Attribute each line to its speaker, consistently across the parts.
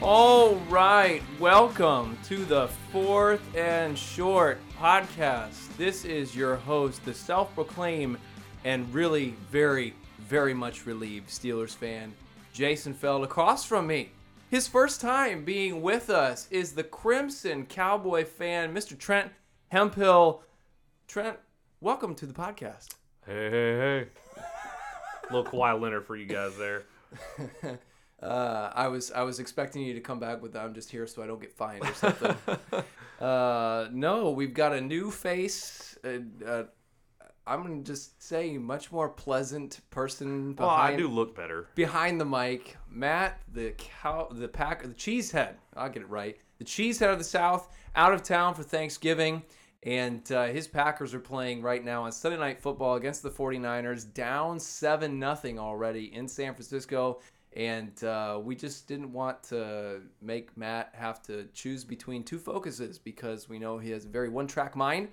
Speaker 1: All right, welcome to the Fourth and Short podcast. This is your host, the self proclaimed and really very, very much relieved Steelers fan, Jason Feld, across from me. His first time being with us is the Crimson Cowboy fan, Mr. Trent Hempill. Trent, welcome to the podcast.
Speaker 2: Hey, hey, hey. Little Kawhi Leonard for you guys there.
Speaker 1: Uh, I was I was expecting you to come back with I'm just here so I don't get fined or something. uh, no, we've got a new face. Uh, uh, I'm gonna just say much more pleasant person
Speaker 2: Well,
Speaker 1: behind
Speaker 2: Oh, I do look better.
Speaker 1: behind the mic. Matt, the cow, the pack, the cheesehead. I'll get it right. The cheesehead of the South, out of town for Thanksgiving, and uh, his Packers are playing right now on Sunday Night Football against the 49ers, down seven nothing already in San Francisco. And uh, we just didn't want to make Matt have to choose between two focuses because we know he has a very one-track mind.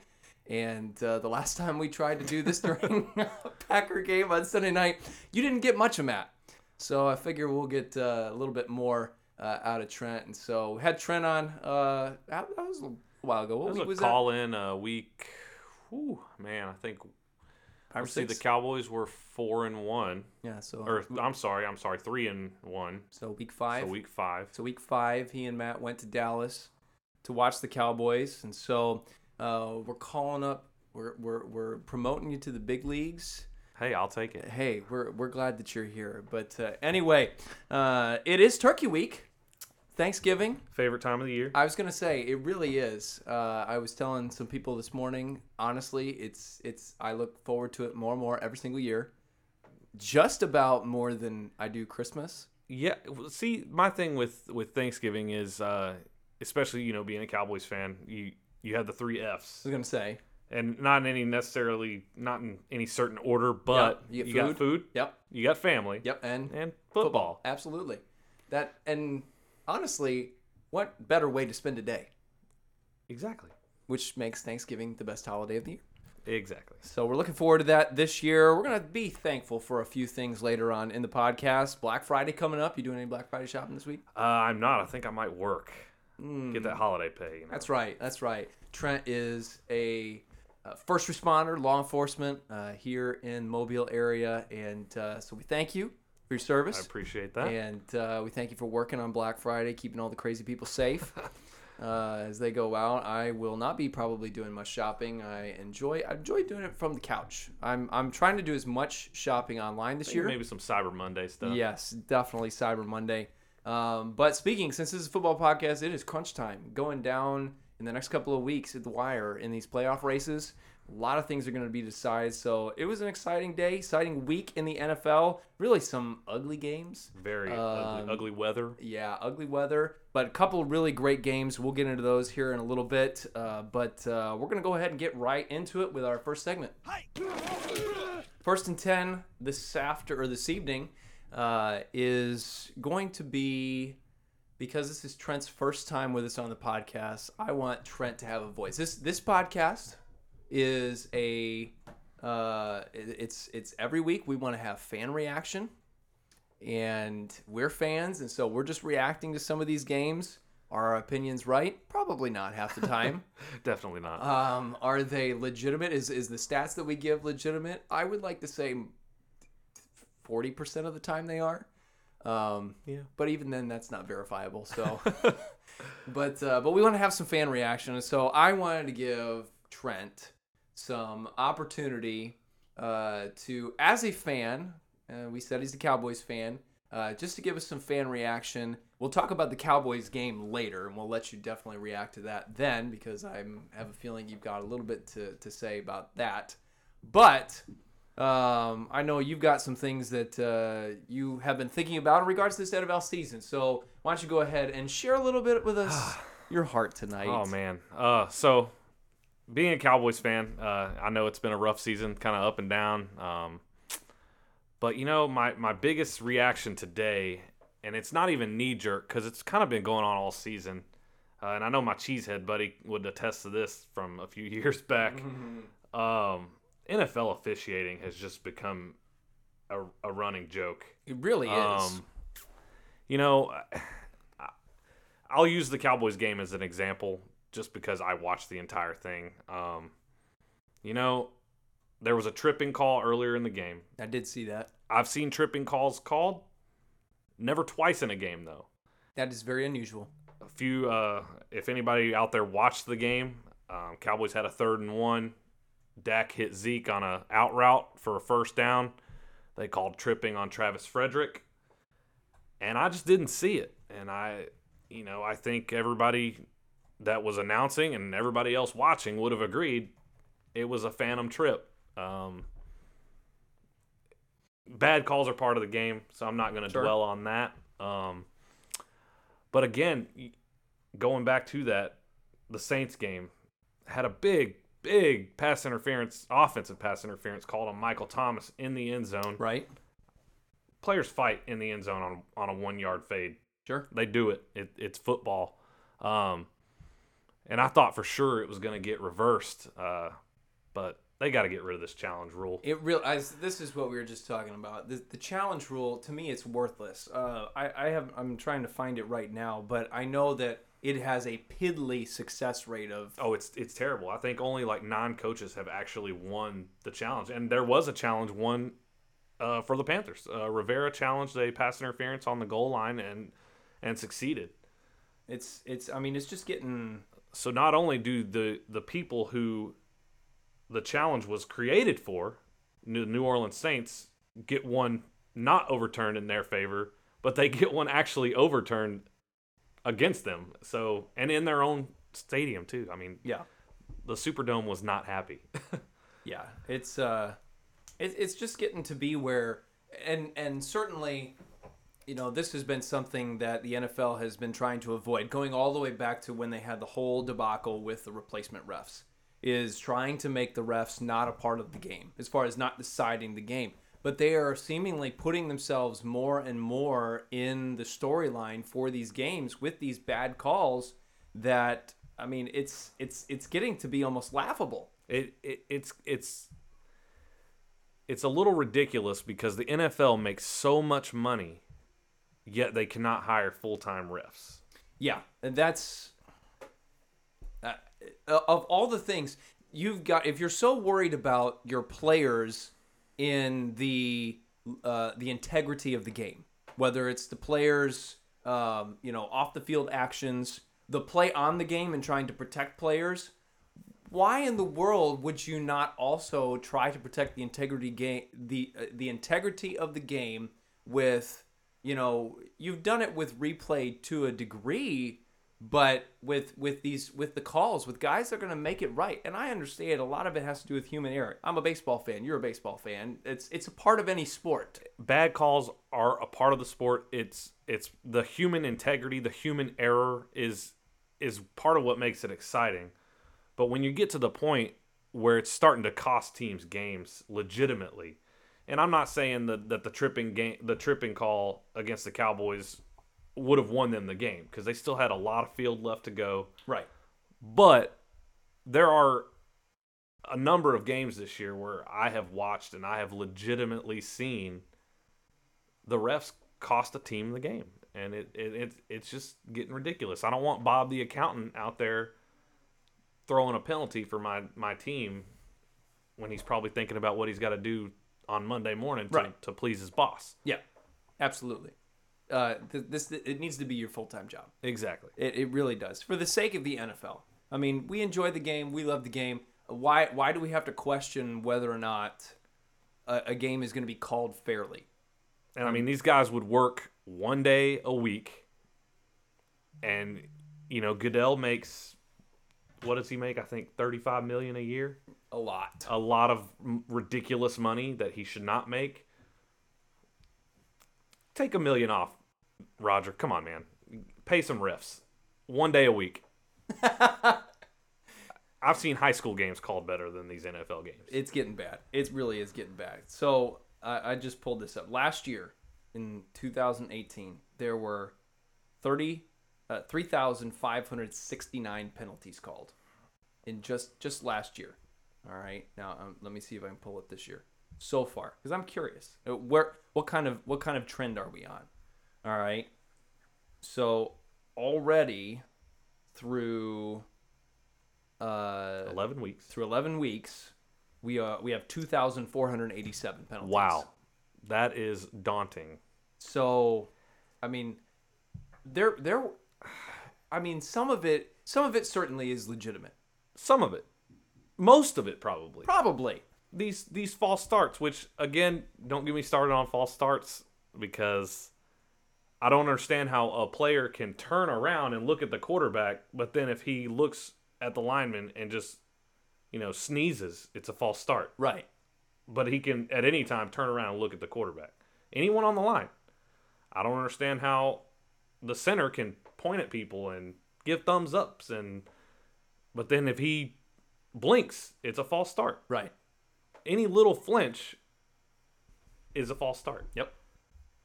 Speaker 1: And uh, the last time we tried to do this during a Packer game on Sunday night, you didn't get much of Matt. So I figure we'll get uh, a little bit more uh, out of Trent. And so we had Trent on. Uh, that, that was a while ago. What week Oh,
Speaker 2: It was a
Speaker 1: was that?
Speaker 2: call in a week. Whew, man, I think
Speaker 1: Five or
Speaker 2: see the
Speaker 1: six?
Speaker 2: Cowboys were four and one,
Speaker 1: yeah. So
Speaker 2: or I'm sorry, I'm sorry, three and one.
Speaker 1: so week five.
Speaker 2: So week five.
Speaker 1: So week five, he and Matt went to Dallas to watch the Cowboys, and so uh, we're calling up. We're, we're, we're promoting you to the big leagues.
Speaker 2: Hey, I'll take it.
Speaker 1: Hey, we're, we're glad that you're here. But uh, anyway, uh, it is Turkey Week, Thanksgiving.
Speaker 2: Favorite time of the year.
Speaker 1: I was gonna say it really is. Uh, I was telling some people this morning. Honestly, it's it's. I look forward to it more and more every single year, just about more than I do Christmas.
Speaker 2: Yeah. well, See, my thing with with Thanksgiving is, uh, especially you know being a Cowboys fan, you you have the three Fs,
Speaker 1: I was gonna say,
Speaker 2: and not in any necessarily not in any certain order, but
Speaker 1: you get
Speaker 2: you got food,
Speaker 1: yep,
Speaker 2: you got family,
Speaker 1: yep, and
Speaker 2: and football.
Speaker 1: absolutely. That and honestly, what better way to spend a day,
Speaker 2: Exactly.
Speaker 1: which makes Thanksgiving the best holiday of the year.
Speaker 2: Exactly.
Speaker 1: So we're looking forward to that this year. We're gonna be thankful for a few things later on in the podcast. Black Friday coming up. You doing any Black Friday shopping this week?
Speaker 2: Uh, I'm not. I think I might work. Get that holiday pay. You know?
Speaker 1: That's right. That's right. Trent is a uh, first responder, law enforcement uh, here in Mobile area, and uh, so we thank you for your
Speaker 2: I
Speaker 1: service,
Speaker 2: appreciate that.
Speaker 1: and uh, we thank you for working on Black Friday, keeping all the crazy people safe. Uh, as they go out, I will not be probably doing much shopping. I enjoy I enjoy doing it from the couch. I'm I'm trying to do as much shopping online this year.
Speaker 2: Maybe some Cyber Monday stuff.
Speaker 1: Yes, definitely Cyber Monday. Um, but speaking, since this is a football podcast, it is crunch time. Going down in the next couple of weeks at the wire in these playoff races. A lot of things are going to be decided. So it was an exciting day, exciting week in the NFL. Really, some ugly games.
Speaker 2: Very ugly, ugly weather.
Speaker 1: Yeah, ugly weather, but a couple of really great games. We'll get into those here in a little bit. Uh, but uh, we're going to go ahead and get right into it with our first segment. First and 10 this after or this evening uh, is going to be because this is Trent's first time with us on the podcast. I want Trent to have a voice. This this podcast is a uh, it- it's it's every week we want to have fan reaction and we're fans and so we're just reacting to some of these games are our opinions right probably not half the time
Speaker 2: Definitely not.
Speaker 1: um, are they legitimate is is the stats that we give legitimate i would like to say 40% of the time they are um,
Speaker 2: Yeah.
Speaker 1: but even then that's not verifiable so but uh, but we want to have some fan reaction and so i wanted to give trent some opportunity uh, to as a fan uh, we said he's a cowboys fan uh, just to give us some fan reaction we'll talk about the cowboys game later and we'll let you definitely react to that then because i have a feeling you've got a little bit to, to say about that but um, I know you've got some things that uh, you have been thinking about in regards to this NFL season. So why don't you go ahead and share a little bit with us your heart tonight?
Speaker 2: Oh man. Uh, so being a Cowboys fan, uh, I know it's been a rough season, kind of up and down. Um, but you know, my my biggest reaction today, and it's not even knee jerk because it's kind of been going on all season. Uh, and I know my cheesehead buddy would attest to this from a few years back. um, NFL officiating has just become a, a running joke.
Speaker 1: It really is.
Speaker 2: Um, you know, I, I'll use the Cowboys game as an example just because I watched the entire thing. Um, you know, there was a tripping call earlier in the game.
Speaker 1: I did see that.
Speaker 2: I've seen tripping calls called, never twice in a game though.
Speaker 1: That is very unusual.
Speaker 2: A few, uh, if anybody out there watched the game, um, Cowboys had a third and one. Dak hit Zeke on a out route for a first down. They called tripping on Travis Frederick, and I just didn't see it. And I, you know, I think everybody that was announcing and everybody else watching would have agreed it was a phantom trip. Um, bad calls are part of the game, so I'm not going to
Speaker 1: Sure.
Speaker 2: dwell on that. Um, but again, y- going back to that, the Saints game had a big, big pass interference, offensive pass interference called on Michael Thomas in the end zone.
Speaker 1: Right?
Speaker 2: Players fight in the end zone on on a one yard fade.
Speaker 1: Sure.
Speaker 2: They do it. it it's football. Um, and I thought for sure it was going to get reversed, uh, but they got to get rid of this challenge rule.
Speaker 1: It real. I, this is what we were just talking about. The, the challenge rule to me, it's worthless. Uh, I, I have. I'm trying to find it right now, but I know that it has a piddly success rate of.
Speaker 2: Oh, it's it's terrible. I think only like nine coaches have actually won the challenge, and there was a challenge won uh, for the Panthers. Uh, Rivera challenged a pass interference on the goal line and and succeeded.
Speaker 1: It's. It's. I mean, it's just getting.
Speaker 2: So not only do the the people who the challenge was created for, New New Orleans Saints, get one not overturned in their favor, but they get one actually overturned against them. So and in their own stadium too. I mean,
Speaker 1: Yeah.
Speaker 2: the Superdome was not happy.
Speaker 1: Yeah, it's uh, it, it's just getting to be where, and and certainly, you know, this has been something that the NFL has been trying to avoid, going all the way back to when they had the whole debacle with the replacement refs, is trying to make the refs not a part of the game as far as not deciding the game. But they are seemingly putting themselves more and more in the storyline for these games with these bad calls. That I mean, it's it's it's getting to be almost laughable.
Speaker 2: It, it it's it's it's a little ridiculous because the NFL makes so much money, yet they cannot hire full time refs.
Speaker 1: Yeah, and that's uh, of all the things you've got. If you're so worried about your players in the uh, the integrity of the game, whether it's the players, um, you know, off the field actions, the play on the game, and trying to protect players, why in the world would you not also try to protect the integrity game the uh, the integrity of the game with you know you've done it with replay to a degree but with with these with the calls with guys that are going to make it right and i understand a lot of it has to do with human error i'm a baseball fan you're a baseball fan it's it's a part of any sport
Speaker 2: Bad calls are a part of the sport. It's it's the human integrity, the human error is is part of what makes it exciting. But when you get to the point where it's starting to cost teams games legitimately, and I'm not saying that, that the tripping game, the tripping call against the Cowboys would have won them the game because they still had a lot of field left to go.
Speaker 1: right
Speaker 2: But there are a number of games this year where I have watched and I have legitimately seen the refs cost a team the game, and it, it, it it's just getting ridiculous. I don't want Bob the accountant out there throwing a penalty for my my team when he's probably thinking about what he's got to do on Monday morning to,
Speaker 1: Right.
Speaker 2: to please his boss.
Speaker 1: yeah absolutely uh, th- this it needs to be your full-time job
Speaker 2: Exactly.
Speaker 1: It, it really does. For the sake of the NFL. I mean, we enjoy the game. We love the game. Why why do we have to question whether or not a, a game is going to be called fairly?
Speaker 2: And I mean, these guys would work one day a week, and you know, Goodell makes what does he make? I think thirty-five million a year.
Speaker 1: A lot.
Speaker 2: A lot of m- ridiculous money that he should not make. Take a million off, Roger. Come on, man. Pay some refs. One day a week. I've seen high school games called better than these NFL games.
Speaker 1: It's getting bad. It really is getting bad. So I, I just pulled this up. Last year in 2018, there were 30, uh, 3,569 penalties called in just just last year. All right. Now um, let me see if I can pull it this year so far because I'm curious. Uh, Where what kind of what kind of trend are we on? All right. So already through uh,
Speaker 2: Eleven weeks.
Speaker 1: through 11 weeks. We uh, we have 2,487 penalties.
Speaker 2: Wow, that is daunting.
Speaker 1: So, I mean, there there, I mean, some of it some of it certainly is legitimate.
Speaker 2: Some of it, most of it probably.
Speaker 1: Probably.
Speaker 2: these these false starts, which again, don't get me started on false starts because I don't understand how a player can turn around and look at the quarterback, but then if he looks at the lineman and just you know sneezes, it's a false start.
Speaker 1: Right.
Speaker 2: But he can at any time turn around and look at the quarterback, anyone on the line. I don't understand how the center can point at people and give thumbs ups and but then if he blinks, it's a false start
Speaker 1: Right.
Speaker 2: any little flinch is a false start.
Speaker 1: Yep.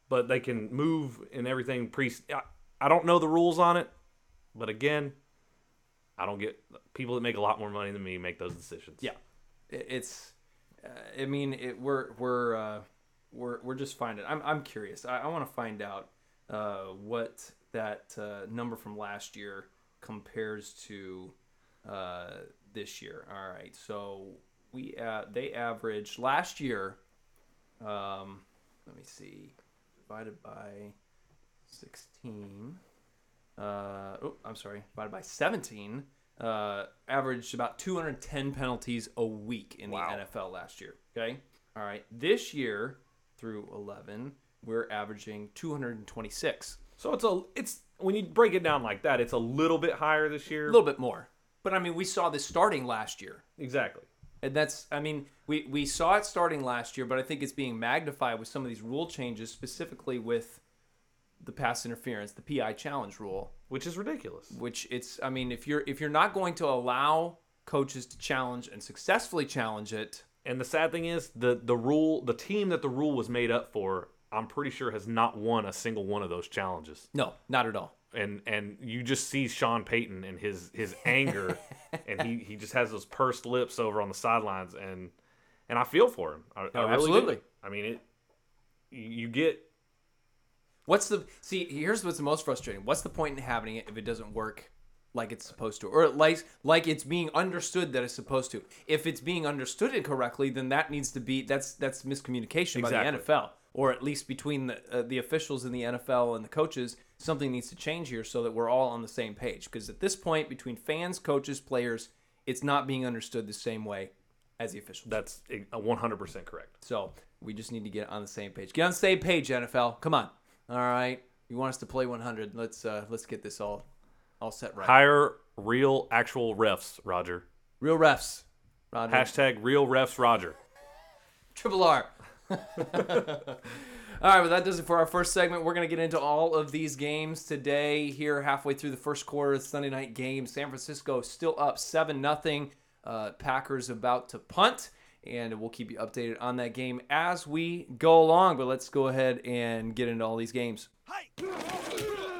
Speaker 2: But they can move and everything. Pre, I, I don't know the rules on it, but again, I don't get people that make a lot more money than me make those decisions.
Speaker 1: Yeah. It, it's. Uh, I mean, it, we're we're uh, we're we're just finding. I'm I'm curious. I, I want to find out uh, what that uh, number from last year compares to uh, this year. All right. So we uh, they averaged last year. Um, let me see. Divided by sixteen. uh, oh, I'm sorry, divided by 17, uh, averaged about 210 penalties a week in
Speaker 2: Wow.
Speaker 1: the NFL last year. Okay. All right. This year through 11, we're averaging 226.
Speaker 2: So it's a it's when you break it down like that, it's a little bit higher this year.
Speaker 1: A little bit more. But I mean, we saw this starting last year.
Speaker 2: Exactly.
Speaker 1: And that's, I mean, we, we saw it starting last year, but I think it's being magnified with some of these rule changes, specifically with the pass interference, the PI challenge rule.
Speaker 2: Which is ridiculous.
Speaker 1: which it's i mean if you're if you're not going to allow coaches to challenge and successfully challenge it
Speaker 2: And the sad thing is the the rule the team that the rule was made up for, I'm pretty sure has not won a single one of those challenges.
Speaker 1: no not at all
Speaker 2: and and you just see Sean Payton and his his anger, and he he just has those pursed lips over on the sidelines, and and I feel for him. I, I really do.
Speaker 1: absolutely.
Speaker 2: I mean it. You get
Speaker 1: what's the see here's what's the most frustrating what's the point in having it if it doesn't work like it's supposed to or like like it's being understood that it's supposed to if it's being understood incorrectly then that needs to be that's that's miscommunication by the
Speaker 2: Exactly.
Speaker 1: NFL or at least between the uh, the officials in the NFL and the coaches something needs to change here so that we're all on the same page because at this point between fans coaches players it's not being understood the same way as the officials
Speaker 2: that's one hundred percent correct.
Speaker 1: so we just need to get on the same page. Get on the same page, NFL. Come on. All right. You want us to play 100? Let's uh, let's get this all all set right.
Speaker 2: Hire real actual refs, Roger.
Speaker 1: Real refs. Roger.
Speaker 2: Hashtag real refs, Roger.
Speaker 1: Triple R. all right, but that does it for our first segment. We're going to get into all of these games today here halfway through the first quarter of the Sunday night game. San Francisco still up 7 0. Uh, Packers about to punt, and we'll keep you updated on that game as we go along. But let's go ahead and get into all these games.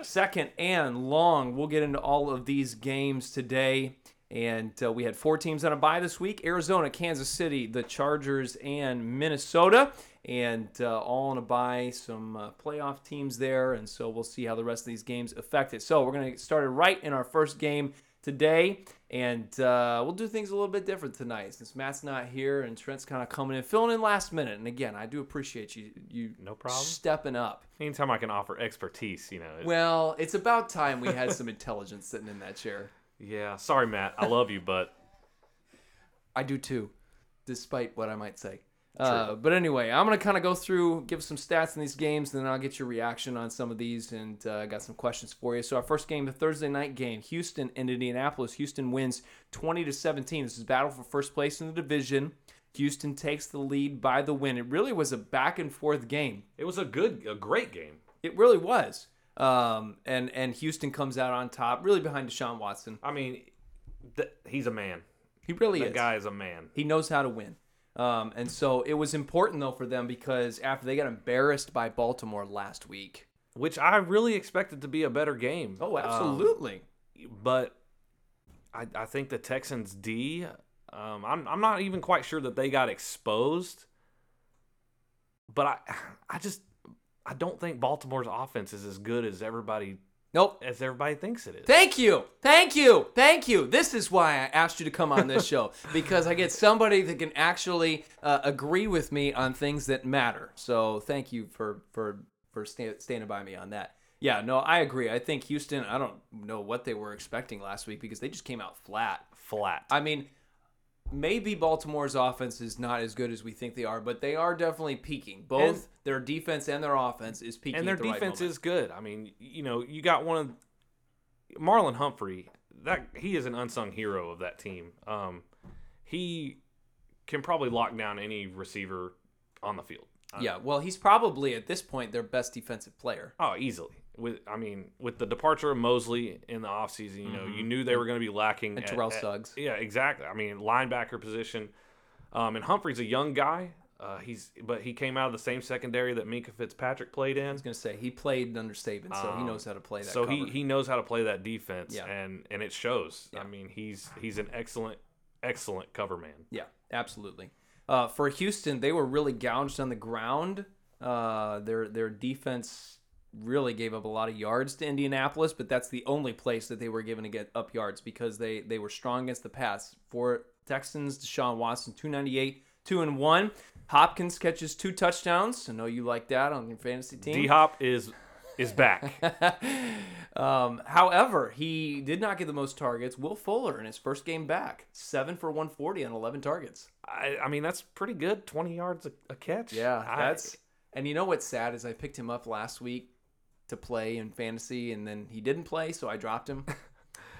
Speaker 1: second and long. We'll get into all of these games today. And uh, we had four teams on a bye this week Arizona, Kansas City, the Chargers, and Minnesota. And uh, all on a bye, some uh, playoff teams there. And so we'll see how the rest of these games affect it. So we're going to get started right in our first game today. And uh, we'll do things a little bit different tonight since Matt's not here and Trent's kind of coming in, filling in last minute. And again, I do appreciate you, you
Speaker 2: No problem.
Speaker 1: stepping up.
Speaker 2: Anytime I can offer expertise, you know. it-
Speaker 1: Well, it's about time we had some intelligence sitting in that chair.
Speaker 2: yeah. Sorry, Matt. I love you, but
Speaker 1: I do too, despite what I might say. Uh, but anyway, I'm going to kind of go through, give some stats in these games, and then I'll get your reaction on some of these and uh, got some questions for you. So, our first game, the Thursday night game, Houston and Indianapolis. Houston wins 20 to 17. This is battle for first place in the division. Houston takes the lead by the win. It really was a back and forth game.
Speaker 2: it was a good, a great game.
Speaker 1: It really was. Um, and, and Houston comes out on top, really behind Deshaun Watson.
Speaker 2: I mean, th- he's a man.
Speaker 1: He really
Speaker 2: That
Speaker 1: is.
Speaker 2: guy is a man.
Speaker 1: He knows how to win. Um, and so it was important though for them because after they got embarrassed by Baltimore last week. um,
Speaker 2: which I really expected to be a better game.
Speaker 1: Oh, absolutely.
Speaker 2: Um, but I, I think the Texans D. Um, I'm I'm not even quite sure that they got exposed. But I I just I don't think Baltimore's offense is as good as everybody
Speaker 1: Nope.
Speaker 2: as everybody thinks it is.
Speaker 1: Thank you. Thank you. Thank you. This is why I asked you to come on this show because I get somebody that can actually uh, agree with me on things that matter. So thank you for for for sta- standing by me on that. Yeah, no, I agree. I think Houston, I don't know what they were expecting last week because they just came out flat.
Speaker 2: Flat.
Speaker 1: I mean, maybe Baltimore's offense is not as good as we think they are, but they are definitely peaking. Both
Speaker 2: And-
Speaker 1: their defense and their offense is peaking.
Speaker 2: and their
Speaker 1: at the right
Speaker 2: defense
Speaker 1: moment.
Speaker 2: is good. I mean, you know, you got one of Marlon Humphrey. That he is an unsung hero of that team. Um, he can probably lock down any receiver on the field. I-
Speaker 1: Yeah, well, he's probably at this point their best defensive player.
Speaker 2: Oh, easily. With I mean, with the departure of Mosley in the offseason, you know, you knew they were going to be lacking.
Speaker 1: Mm-hmm. And Terrell Suggs.
Speaker 2: yeah, exactly. I mean, linebacker position. Um, and Humphrey's a young guy. Uh, he's but he came out of the same secondary that Minka Fitzpatrick played in.
Speaker 1: I was gonna say he played under Saban, so he
Speaker 2: Um,
Speaker 1: knows how to play that.
Speaker 2: so he,
Speaker 1: cover.
Speaker 2: he knows how to play that defense
Speaker 1: Yeah.
Speaker 2: and and it shows i mean he's he's an excellent excellent cover man
Speaker 1: yeah, absolutely. Uh, for Houston, they were really gouged on the ground. Uh, their their defense really gave up a lot of yards to Indianapolis, but that's the only place that they were given to get up yards because they they were strong against the pass. For Texans, Deshaun Watson, two ninety eight, two and one. Hopkins catches two touchdowns. I know you like that on your fantasy team.
Speaker 2: d hop is is back
Speaker 1: um, however, he did not get the most targets. Will Fuller in his first game back, seven for 140 on 11 targets.
Speaker 2: I, I mean that's pretty good 20 yards a, a catch
Speaker 1: Yeah,
Speaker 2: I-
Speaker 1: that's. And you know what's sad is I picked him up last week to play in fantasy, and then he didn't play, so I dropped him.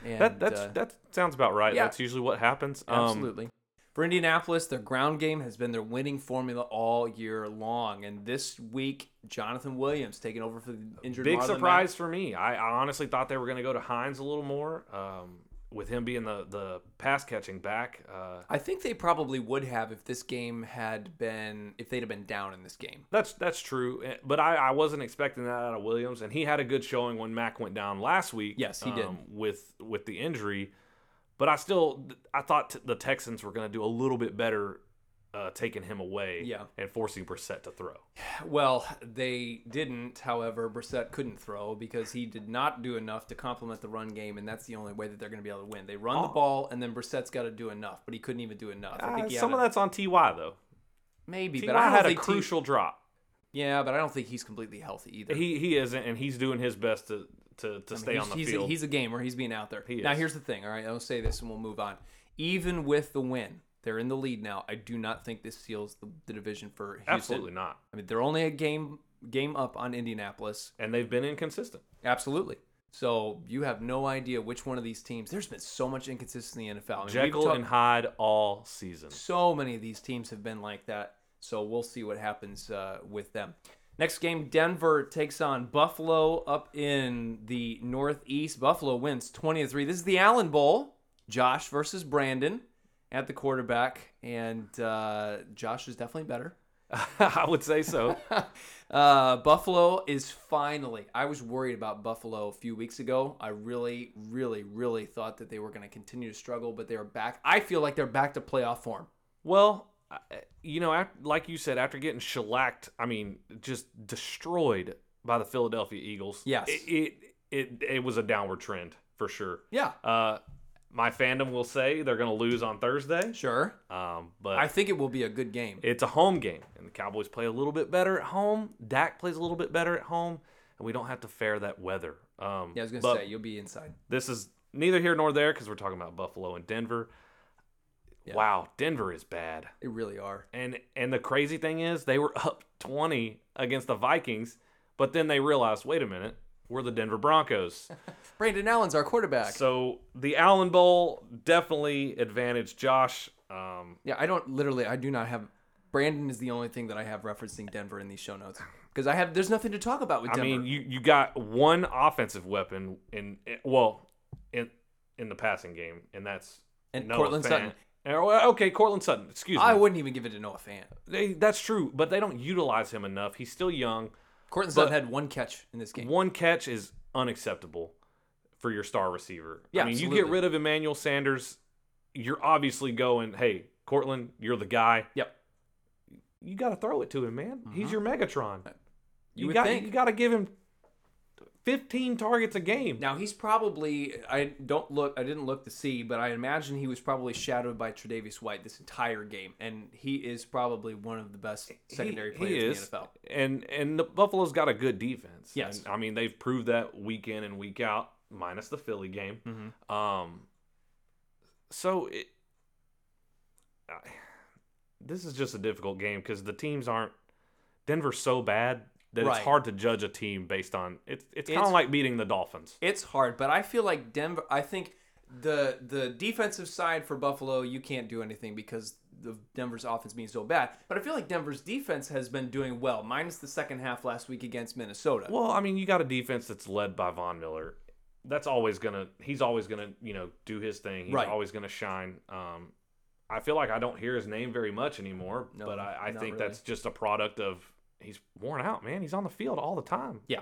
Speaker 1: And,
Speaker 2: that that's
Speaker 1: uh,
Speaker 2: that sounds about right
Speaker 1: yeah.
Speaker 2: that's usually what happens um
Speaker 1: absolutely. For Indianapolis, their ground game has been their winning formula all year long, and this week Jonathan Williams taking over for the injured.
Speaker 2: big
Speaker 1: Marlon Mack.
Speaker 2: surprise for me I, I honestly thought they were going to go to hines a little more um with him being the the pass catching back uh
Speaker 1: I think they probably would have if this game had been if they'd have been down in this game.
Speaker 2: That's that's true, eh, but I, I wasn't expecting that out of Williams, and he had a good showing when Mac went down last week. um,
Speaker 1: Yes, he did.
Speaker 2: with with the injury, but I still I thought t- the Texans were going to do a little bit better uh, taking him away,
Speaker 1: Yeah.
Speaker 2: and forcing Brissett to throw.
Speaker 1: Well, they didn't. However, Brissett couldn't throw because he did not do enough to complement the run game, and that's the only way that they're going to be able to win. They run
Speaker 2: Oh.
Speaker 1: the ball, and then Brissett's got to do enough, but he couldn't even do enough. I
Speaker 2: Uh,
Speaker 1: think he
Speaker 2: some
Speaker 1: had
Speaker 2: of
Speaker 1: a,
Speaker 2: that's on Ty though.
Speaker 1: maybe,
Speaker 2: Ty
Speaker 1: but I don't
Speaker 2: had a
Speaker 1: think T-
Speaker 2: crucial drop.
Speaker 1: yeah, but I don't think he's completely healthy either.
Speaker 2: He he isn't, and he's doing his best to to, to stay
Speaker 1: he's,
Speaker 2: on the
Speaker 1: he's
Speaker 2: field.
Speaker 1: A, he's a gamer. He's being out there. now,
Speaker 2: is.
Speaker 1: here's the thing. All right, I'll say this, and we'll move on. Even with the win, they're in the lead now. I do not think this seals the, the division for Houston.
Speaker 2: Absolutely not,
Speaker 1: I mean, they're only a game game up on Indianapolis.
Speaker 2: and they've been inconsistent.
Speaker 1: Absolutely. So you have no idea which one of these teams. There's been so much inconsistency in the NFL. I mean, we've
Speaker 2: Jekyll
Speaker 1: talked-
Speaker 2: and Hyde all season.
Speaker 1: so many of these teams have been like that. So we'll see what happens uh, with them. Next game, Denver takes on Buffalo up in the Northeast. Buffalo wins 20 3. This is the Allen Bowl. Josh versus Brandon at the quarterback. And uh, Josh is definitely better.
Speaker 2: I would say so.
Speaker 1: Uh, Buffalo is finally. I was worried about Buffalo a few weeks ago. I really, really, really thought that they were going to continue to struggle, but they are back. I feel like they're back to playoff form.
Speaker 2: Well, I- you know, af- like you said, after getting shellacked, I mean, just destroyed by the Philadelphia Eagles.
Speaker 1: Yes.
Speaker 2: it it it, it was a downward trend for sure.
Speaker 1: Yeah,
Speaker 2: Uh, my fandom will say they're going to lose on Thursday,
Speaker 1: sure.
Speaker 2: um, but
Speaker 1: I think it will be a good game.
Speaker 2: it's a home game, and the Cowboys play a little bit better at home. Dak plays a little bit better at home, and we don't have to fare that weather. Um,
Speaker 1: Yeah, I was gonna
Speaker 2: but
Speaker 1: say you'll be inside.
Speaker 2: this is neither here nor there because we're talking about Buffalo and Denver.
Speaker 1: Yeah.
Speaker 2: Wow, Denver is bad.
Speaker 1: They really are.
Speaker 2: And and the crazy thing is they were up 20 against the Vikings, but then they realized, wait a minute, we're the Denver Broncos.
Speaker 1: Brandon Allen's our quarterback.
Speaker 2: so the Allen Bowl definitely advantaged Josh. Um,
Speaker 1: yeah, I don't literally. I do not have. Brandon is the only thing that I have referencing Denver in these show notes because I have. There's nothing to talk about with
Speaker 2: I
Speaker 1: Denver.
Speaker 2: mean, you, you got one offensive weapon in well, in in the passing game, and that's
Speaker 1: And
Speaker 2: Noah
Speaker 1: Cortland
Speaker 2: Fant.
Speaker 1: Sutton.
Speaker 2: Eh, well, Okay, Cortland Sutton. Excuse me.
Speaker 1: I wouldn't even give it to Noah Fan.
Speaker 2: They- that's true, but they don't utilize him enough. He's still young.
Speaker 1: Cortland Sutton had one catch in this game.
Speaker 2: one catch is unacceptable for your star receiver.
Speaker 1: Yeah,
Speaker 2: I mean, you
Speaker 1: absolutely.
Speaker 2: get rid of Emmanuel Sanders, you're obviously going, hey, Cortland, you're the guy.
Speaker 1: Yep. Mm-hmm.
Speaker 2: You got to throw it to him, man. He's your Megatron.
Speaker 1: Uh, You would
Speaker 2: got
Speaker 1: think.
Speaker 2: you got to give him 15 targets a game.
Speaker 1: Now he's probably I don't look I didn't look to see, but I imagine he was probably shadowed by Tre'Davious White this entire game, and he is probably one of the best secondary
Speaker 2: he
Speaker 1: players
Speaker 2: is.
Speaker 1: in the NFL.
Speaker 2: And and the Buffalo's got a good defense.
Speaker 1: Yes.
Speaker 2: And, I mean they've proved that week in and week out, minus the Philly game. Um, so it, I, this is just a difficult game because the teams aren't Denver's so bad that
Speaker 1: Right.
Speaker 2: it's hard to judge a team based on it's. It's kind
Speaker 1: It's-
Speaker 2: of like beating the Dolphins.
Speaker 1: It's hard, but I feel like Denver. I think the the defensive side for Buffalo, you can't do anything because the Denver's offense being so bad. But I feel like Denver's defense has been doing well, minus the second half last week against Minnesota.
Speaker 2: Well, I mean, you got a defense that's led by Von Miller. That's always gonna. He's always gonna, you know, do his thing. He's
Speaker 1: Right.
Speaker 2: always gonna shine. Um, I feel like I don't hear his name very much anymore,
Speaker 1: No,
Speaker 2: but I, I
Speaker 1: not
Speaker 2: think
Speaker 1: really.
Speaker 2: that's just a product of he's worn out, man. He's on the field all the time.
Speaker 1: Yeah.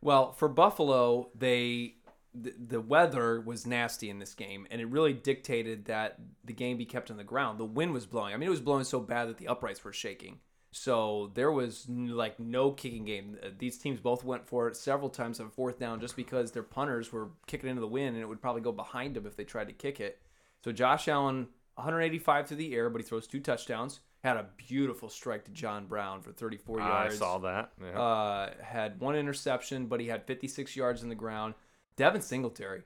Speaker 1: Well, for Buffalo, they the, the weather was nasty in this game, and it really dictated that the game be kept on the ground. The wind was blowing. I mean, it was blowing so bad that the uprights were shaking. So there was n- like no kicking game. Uh, These teams both went for it several times on fourth down just because their punters were kicking into the wind, and it would probably go behind them if they tried to kick it. So Josh Allen, 185 through the air, but he throws two touchdowns. Had a beautiful strike to John Brown for 34
Speaker 2: I
Speaker 1: yards
Speaker 2: saw that. Yeah.
Speaker 1: uh, had one interception, but he had 56 yards in the ground. Devin Singletary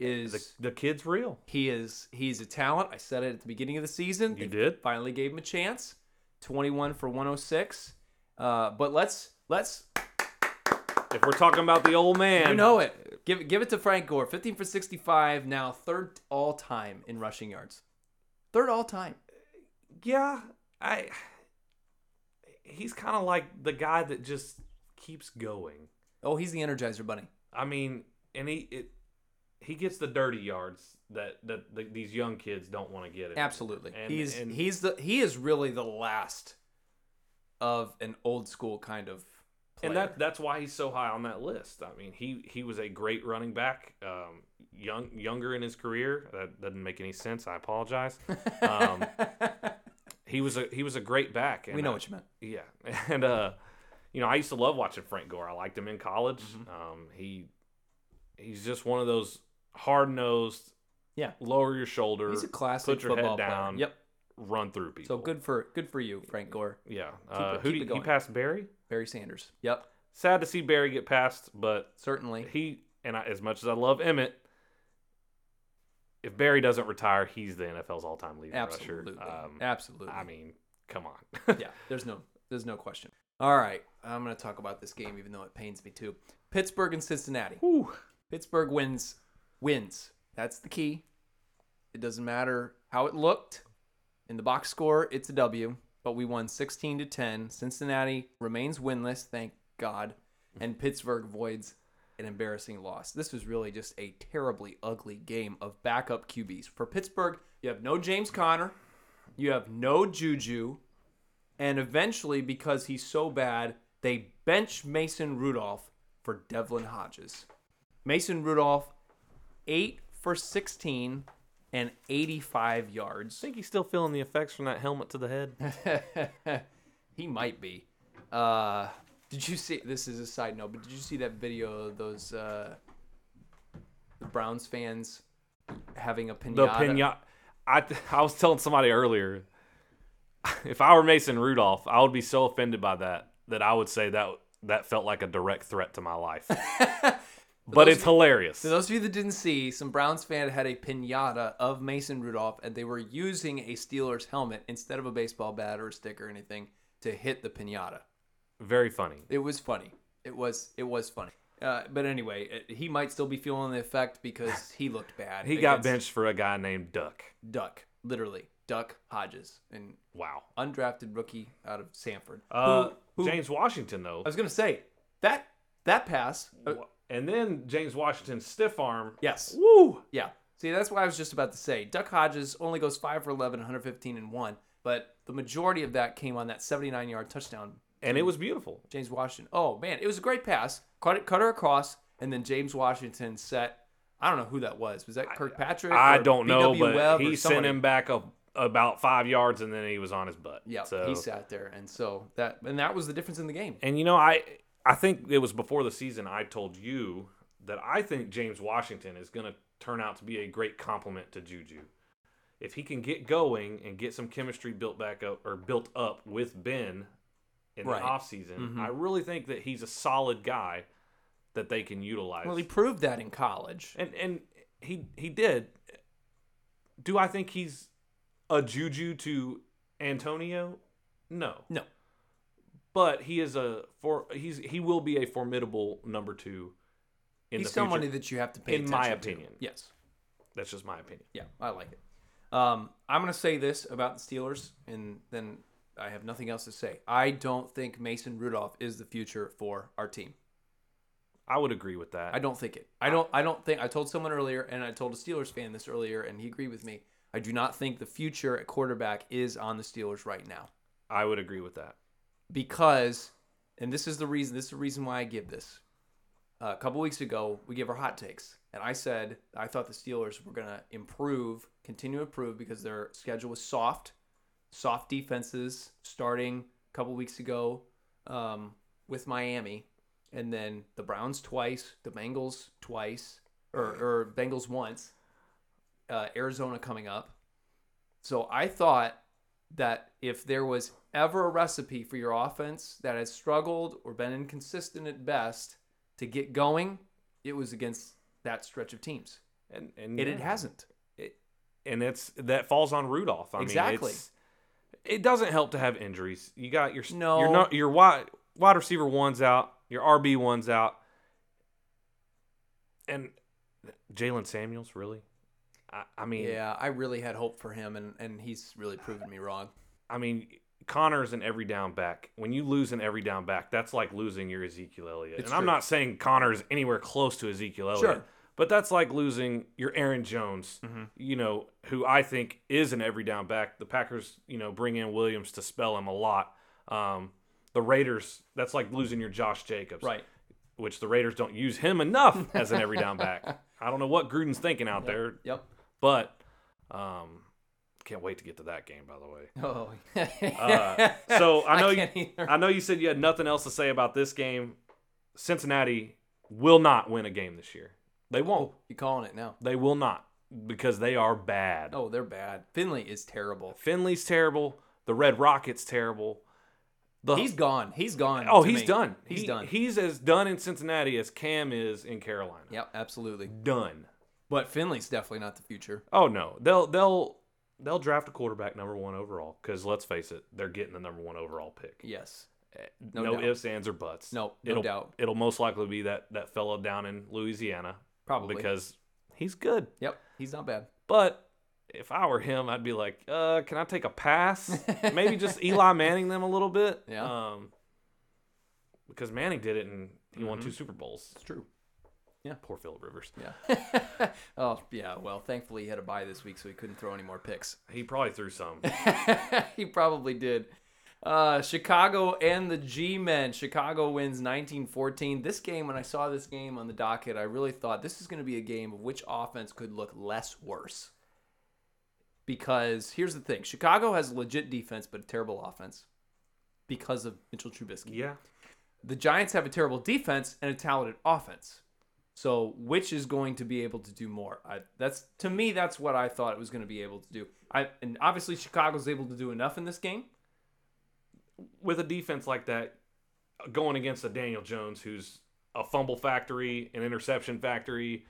Speaker 1: is
Speaker 2: the, the kid's real.
Speaker 1: he is he's a talent. I said it at the beginning of the season.
Speaker 2: You
Speaker 1: They
Speaker 2: did?
Speaker 1: finally gave him a chance. 21 for 106. Uh, but let's let's
Speaker 2: If we're talking about the old man,
Speaker 1: you know it. Give give it to Frank Gore. 15 for 65. Now third all time in rushing yards. Third all time.
Speaker 2: yeah, I. He's kind of like the guy that just keeps going.
Speaker 1: Oh, he's the Energizer Bunny.
Speaker 2: I mean, and he it, he gets the dirty yards that that the, these young kids don't want to get. It.
Speaker 1: Absolutely.
Speaker 2: And-
Speaker 1: he's
Speaker 2: and-
Speaker 1: he's the he is really the last of an old school kind of player.
Speaker 2: and that that's why he's so high on that list. I mean, he he was a great running back, um, young younger in his career. That doesn't make any sense. I apologize. Um, he was a he was a great back. And
Speaker 1: we know
Speaker 2: I-
Speaker 1: what you meant.
Speaker 2: Yeah, and uh, you know, I used to love watching Frank Gore. I liked him in college.
Speaker 1: Mm-hmm.
Speaker 2: Um, he he's just one of those hard nosed.
Speaker 1: Yeah.
Speaker 2: lower your shoulder.
Speaker 1: He's a classic
Speaker 2: put your head
Speaker 1: football player.
Speaker 2: down.
Speaker 1: Yep.
Speaker 2: run through people.
Speaker 1: So good for good for you, Frank Gore,
Speaker 2: Yeah. Uh,
Speaker 1: it- keep
Speaker 2: who do
Speaker 1: it
Speaker 2: you,
Speaker 1: going.
Speaker 2: he passed Barry?
Speaker 1: Barry Sanders. Yep,
Speaker 2: Sad to see Barry get passed, but
Speaker 1: certainly.
Speaker 2: he and I, as much as I love Emmett, if Barry doesn't retire, he's the NFL's all-time leading
Speaker 1: Absolutely.
Speaker 2: rusher. Um,
Speaker 1: Absolutely.
Speaker 2: I mean, come on.
Speaker 1: yeah, there's no there's no question. All right, I'm going to talk about this game even though it pains me too. Pittsburgh and Cincinnati.
Speaker 2: Whew.
Speaker 1: Pittsburgh wins wins. That's the key. It doesn't matter how it looked in the box score, it's a W, but we won 16 to 10. Cincinnati remains winless, thank God, and Pittsburgh voids an embarrassing loss. This was really just a terribly ugly game of backup QBs. For Pittsburgh, you have no James Conner, you have no Juju, and eventually because he's so bad, they bench Mason Rudolph for Devlin Hodges. Mason Rudolph, eight for 16 and 85 yards.
Speaker 2: I think he's still feeling the effects from that helmet to the head.
Speaker 1: he might be. Uh, did you see? This is a side note, but did you see that video of those uh, the Browns fans having a pinata?
Speaker 2: The pinata. I, th- I was telling somebody earlier, if I were Mason Rudolph, I would be so offended by that that I would say that that felt like a direct threat to my life. but it's hilarious.
Speaker 1: For those of you that didn't see, some Browns fan had a pinata of Mason Rudolph, and they were using a Steelers helmet instead of a baseball bat or a stick or anything to hit the pinata.
Speaker 2: Very funny.
Speaker 1: It was funny. It was it was funny. Uh, but anyway, it, he might still be feeling the effect because he looked bad.
Speaker 2: He got
Speaker 1: against
Speaker 2: benched for a guy named Duck.
Speaker 1: Duck, literally Duck Hodges, an
Speaker 2: Wow.
Speaker 1: undrafted rookie out of Sanford.
Speaker 2: Uh,
Speaker 1: who-
Speaker 2: James Washington though,
Speaker 1: I was gonna say that that pass. uh,
Speaker 2: Wa- and then James Washington's stiff arm.
Speaker 1: yes.
Speaker 2: Woo!
Speaker 1: Yeah. See, that's what I was just about to say. Duck Hodges only goes 5 for 11, 115 and 1, but the majority of that came on that 79-yard touchdown
Speaker 2: And it was beautiful.
Speaker 1: James Washington. Oh man, it was a great pass. Cut it, cut her across, and then James Washington set. I don't know who that was. Was that Kirkpatrick?
Speaker 2: I
Speaker 1: or
Speaker 2: don't know,
Speaker 1: B.W.
Speaker 2: but
Speaker 1: Webb or
Speaker 2: he sent
Speaker 1: somebody?
Speaker 2: him back a, about five yards, and then he was on his butt.
Speaker 1: Yeah,
Speaker 2: So,
Speaker 1: he sat there, and so that and that was the difference in the game.
Speaker 2: and you know, I I think it was before the season I told you that I think James Washington is going to turn out to be a great compliment to Juju. If he can get going and get some chemistry built back up or built up with Ben in
Speaker 1: Right.
Speaker 2: the offseason,
Speaker 1: Mhm.
Speaker 2: I really think that he's a solid guy that they can utilize.
Speaker 1: Well, he proved that in college.
Speaker 2: and and he he did. Do I think he's a Juju to Antonio? No.
Speaker 1: No.
Speaker 2: But he is a for he's he will be a formidable number two in
Speaker 1: He's
Speaker 2: the future.
Speaker 1: somebody that you have to pay
Speaker 2: In my
Speaker 1: attention to.
Speaker 2: opinion.
Speaker 1: Yes.
Speaker 2: That's just my opinion.
Speaker 1: Yeah, I like it. Um, I'm going to say this about the Steelers, and then I have nothing else to say. I don't think Mason Rudolph is the future for our team.
Speaker 2: I would agree with that.
Speaker 1: I don't think it. I don't. I don't think. I told someone earlier, and I told a Steelers fan this earlier, and he agreed with me. I do not think the future at quarterback is on the Steelers right now
Speaker 2: I would agree with that.
Speaker 1: because, and this is the reason. This is the reason why I give this. Uh, a couple weeks ago, we gave our hot takes, and I said I thought the Steelers were going to improve, continue to improve because their schedule was soft, soft defenses starting a couple weeks ago um, with Miami, and then the Browns twice, the Bengals twice, or, or Bengals once, uh, Arizona coming up. So I thought that if there was ever a recipe for your offense that has struggled or been inconsistent at best to get going, it was against that stretch of teams.
Speaker 2: And and
Speaker 1: And
Speaker 2: yeah.
Speaker 1: it hasn't.
Speaker 2: and it's that falls on Rudolph. I
Speaker 1: Exactly.
Speaker 2: Mean, it's, it doesn't help to have injuries. You got your
Speaker 1: No.
Speaker 2: your no- your wide wide receiver one's out, your RB one's out, and Jalen Samuels really. I, I mean,
Speaker 1: Yeah, I really had hope for him, and, and he's really proven me wrong.
Speaker 2: I mean, Connor's an every down back. When you lose an every down back, that's like losing your Ezekiel Elliott.
Speaker 1: It's
Speaker 2: and I'm
Speaker 1: true.
Speaker 2: not saying Connor's anywhere close to Ezekiel Elliott,
Speaker 1: Sure. Mm-hmm.
Speaker 2: but that's like losing your Aaron Jones, you know, who I think is an every down back. The Packers, you know, bring in Williams to spell him a lot. Um, the Raiders, that's like losing your Josh Jacobs, Which the Raiders don't use him enough as an every down back. I don't know what Gruden's thinking out there,
Speaker 1: Yep.
Speaker 2: but um, can't wait to get to that game. By the way.
Speaker 1: Oh.
Speaker 2: Uh, so I know you,
Speaker 1: can't either.
Speaker 2: I know you said you had nothing else to say about this game. Cincinnati will not win a game this year. They won't.
Speaker 1: You're Oh, calling it now.
Speaker 2: They will not because they are bad.
Speaker 1: Oh, they're bad. Finley is terrible.
Speaker 2: Finley's terrible. The Red Rockets terrible. The
Speaker 1: He's gone. He's gone.
Speaker 2: oh
Speaker 1: to
Speaker 2: he's
Speaker 1: me.
Speaker 2: done.
Speaker 1: He's
Speaker 2: He-
Speaker 1: done.
Speaker 2: He's as done in Cincinnati as Cam is in Carolina.
Speaker 1: Yep, absolutely.
Speaker 2: Done.
Speaker 1: But Finley's definitely not the future.
Speaker 2: Oh no, they'll they'll they'll draft a quarterback number one overall because let's face it, they're getting the number one overall pick.
Speaker 1: Yes.
Speaker 2: No,
Speaker 1: No doubt.
Speaker 2: ifs, ands, or buts.
Speaker 1: No, no
Speaker 2: it'll,
Speaker 1: doubt.
Speaker 2: It'll most likely be that that fellow down in Louisiana
Speaker 1: Probably.
Speaker 2: because he's good.
Speaker 1: Yep. He's not bad.
Speaker 2: But if I were him, I'd be like, uh, can I take a pass? Maybe just Eli Manning them a little bit.
Speaker 1: Yeah.
Speaker 2: Um, because Manning did it and he won
Speaker 1: Mm-hmm.
Speaker 2: two Super Bowls.
Speaker 1: It's true.
Speaker 2: Poor Philip Rivers.
Speaker 1: Yeah. oh, yeah. Well, thankfully he had a bye this week, so he couldn't throw any more picks.
Speaker 2: He probably threw some.
Speaker 1: he probably did. Uh, Chicago and the G Men. Chicago wins 19 14. This game, when I saw this game on the docket, I really thought this is going to be a game of which offense could look less worse. Because here's the thing Chicago has legit defense, but a terrible offense because of Mitchell Trubisky
Speaker 2: yeah.
Speaker 1: the Giants have a terrible defense and a talented offense. So which is going to be able to do more? I, that's to me, that's what I thought it was going to be able to do. I and obviously Chicago's able to do enough in this game.
Speaker 2: With a defense like that, going against a Daniel Jones who's a fumble factory, an interception factory.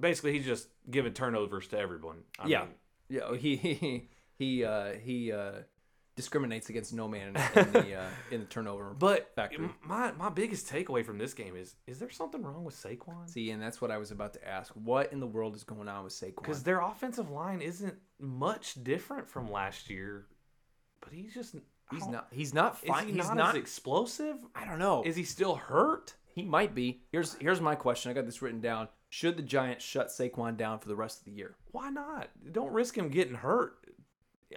Speaker 2: Basically, he's just giving turnovers to everyone. I
Speaker 1: yeah,
Speaker 2: mean,
Speaker 1: yeah. oh, He he he uh, he uh, discriminates against no man in, in the uh, in the turnover.
Speaker 2: But
Speaker 1: Factory.
Speaker 2: m- my my biggest takeaway from this game is is there something wrong with Saquon?
Speaker 1: See, and that's what I was about to ask. What in the world is going on with Saquon?
Speaker 2: Because their offensive line isn't much different from last year, but he's just I
Speaker 1: He's
Speaker 2: don't-
Speaker 1: not. He's not.
Speaker 2: Is
Speaker 1: Fine.
Speaker 2: he
Speaker 1: he's
Speaker 2: not,
Speaker 1: not.
Speaker 2: as explosive?
Speaker 1: I don't know.
Speaker 2: Is he still hurt?
Speaker 1: He might be. Here's here's my question. I got this written down. Should the Giants shut Saquon down for the rest of the year?
Speaker 2: Why not? Don't risk him getting hurt.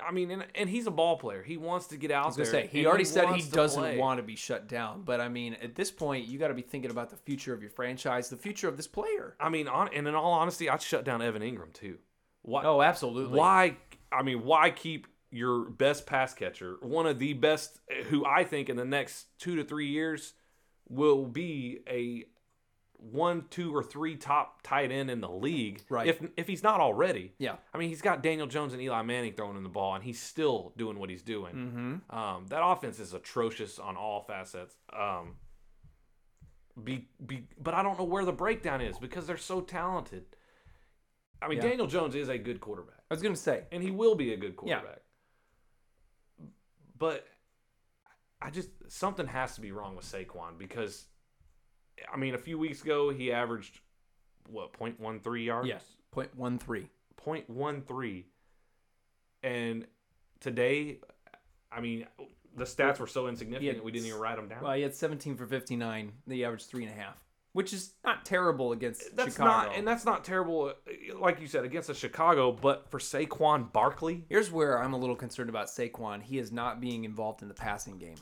Speaker 2: I mean, and, and he's a ball player. He wants to get out
Speaker 1: I was gonna
Speaker 2: there.
Speaker 1: say he
Speaker 2: and
Speaker 1: already said he
Speaker 2: wants to
Speaker 1: doesn't
Speaker 2: play.
Speaker 1: want to be shut down, but I mean, at this point, you got to be thinking about the future of your franchise, the future of this player.
Speaker 2: I mean, on, and in all honesty, I'd shut down Evan Ingram too. Why?
Speaker 1: Oh, absolutely.
Speaker 2: why i mean why keep your best pass catcher one of the best who i think in the next two to three years will be a one, two, or three top tight end in the league.
Speaker 1: Right.
Speaker 2: If if he's not already.
Speaker 1: Yeah.
Speaker 2: I mean, he's got Daniel Jones and Eli Manning throwing him the ball, and he's still doing what he's
Speaker 1: Hmm.
Speaker 2: doing.
Speaker 1: Mm-hmm.
Speaker 2: Um, that offense is atrocious on all facets. Um, be, be, but I don't know where the breakdown is because they're so talented. I mean,
Speaker 1: Yeah.
Speaker 2: Daniel Jones is a good quarterback,
Speaker 1: I was gonna say
Speaker 2: and he will be a good quarterback. But I just something has to be wrong with Saquon because, I mean, a few weeks ago he averaged what 0.13 yards.
Speaker 1: yes, point one three.
Speaker 2: 0.13 and today i mean the stats were so insignificant
Speaker 1: Yeah,
Speaker 2: we didn't even write them down
Speaker 1: Well, he had 17 for 59. They averaged three and a half, which is not terrible against
Speaker 2: that's
Speaker 1: Chicago.
Speaker 2: not and that's not terrible uh, like you said against a chicago but for saquon barkley
Speaker 1: Here's where I'm a little concerned about Saquon. He is not being involved in the passing game.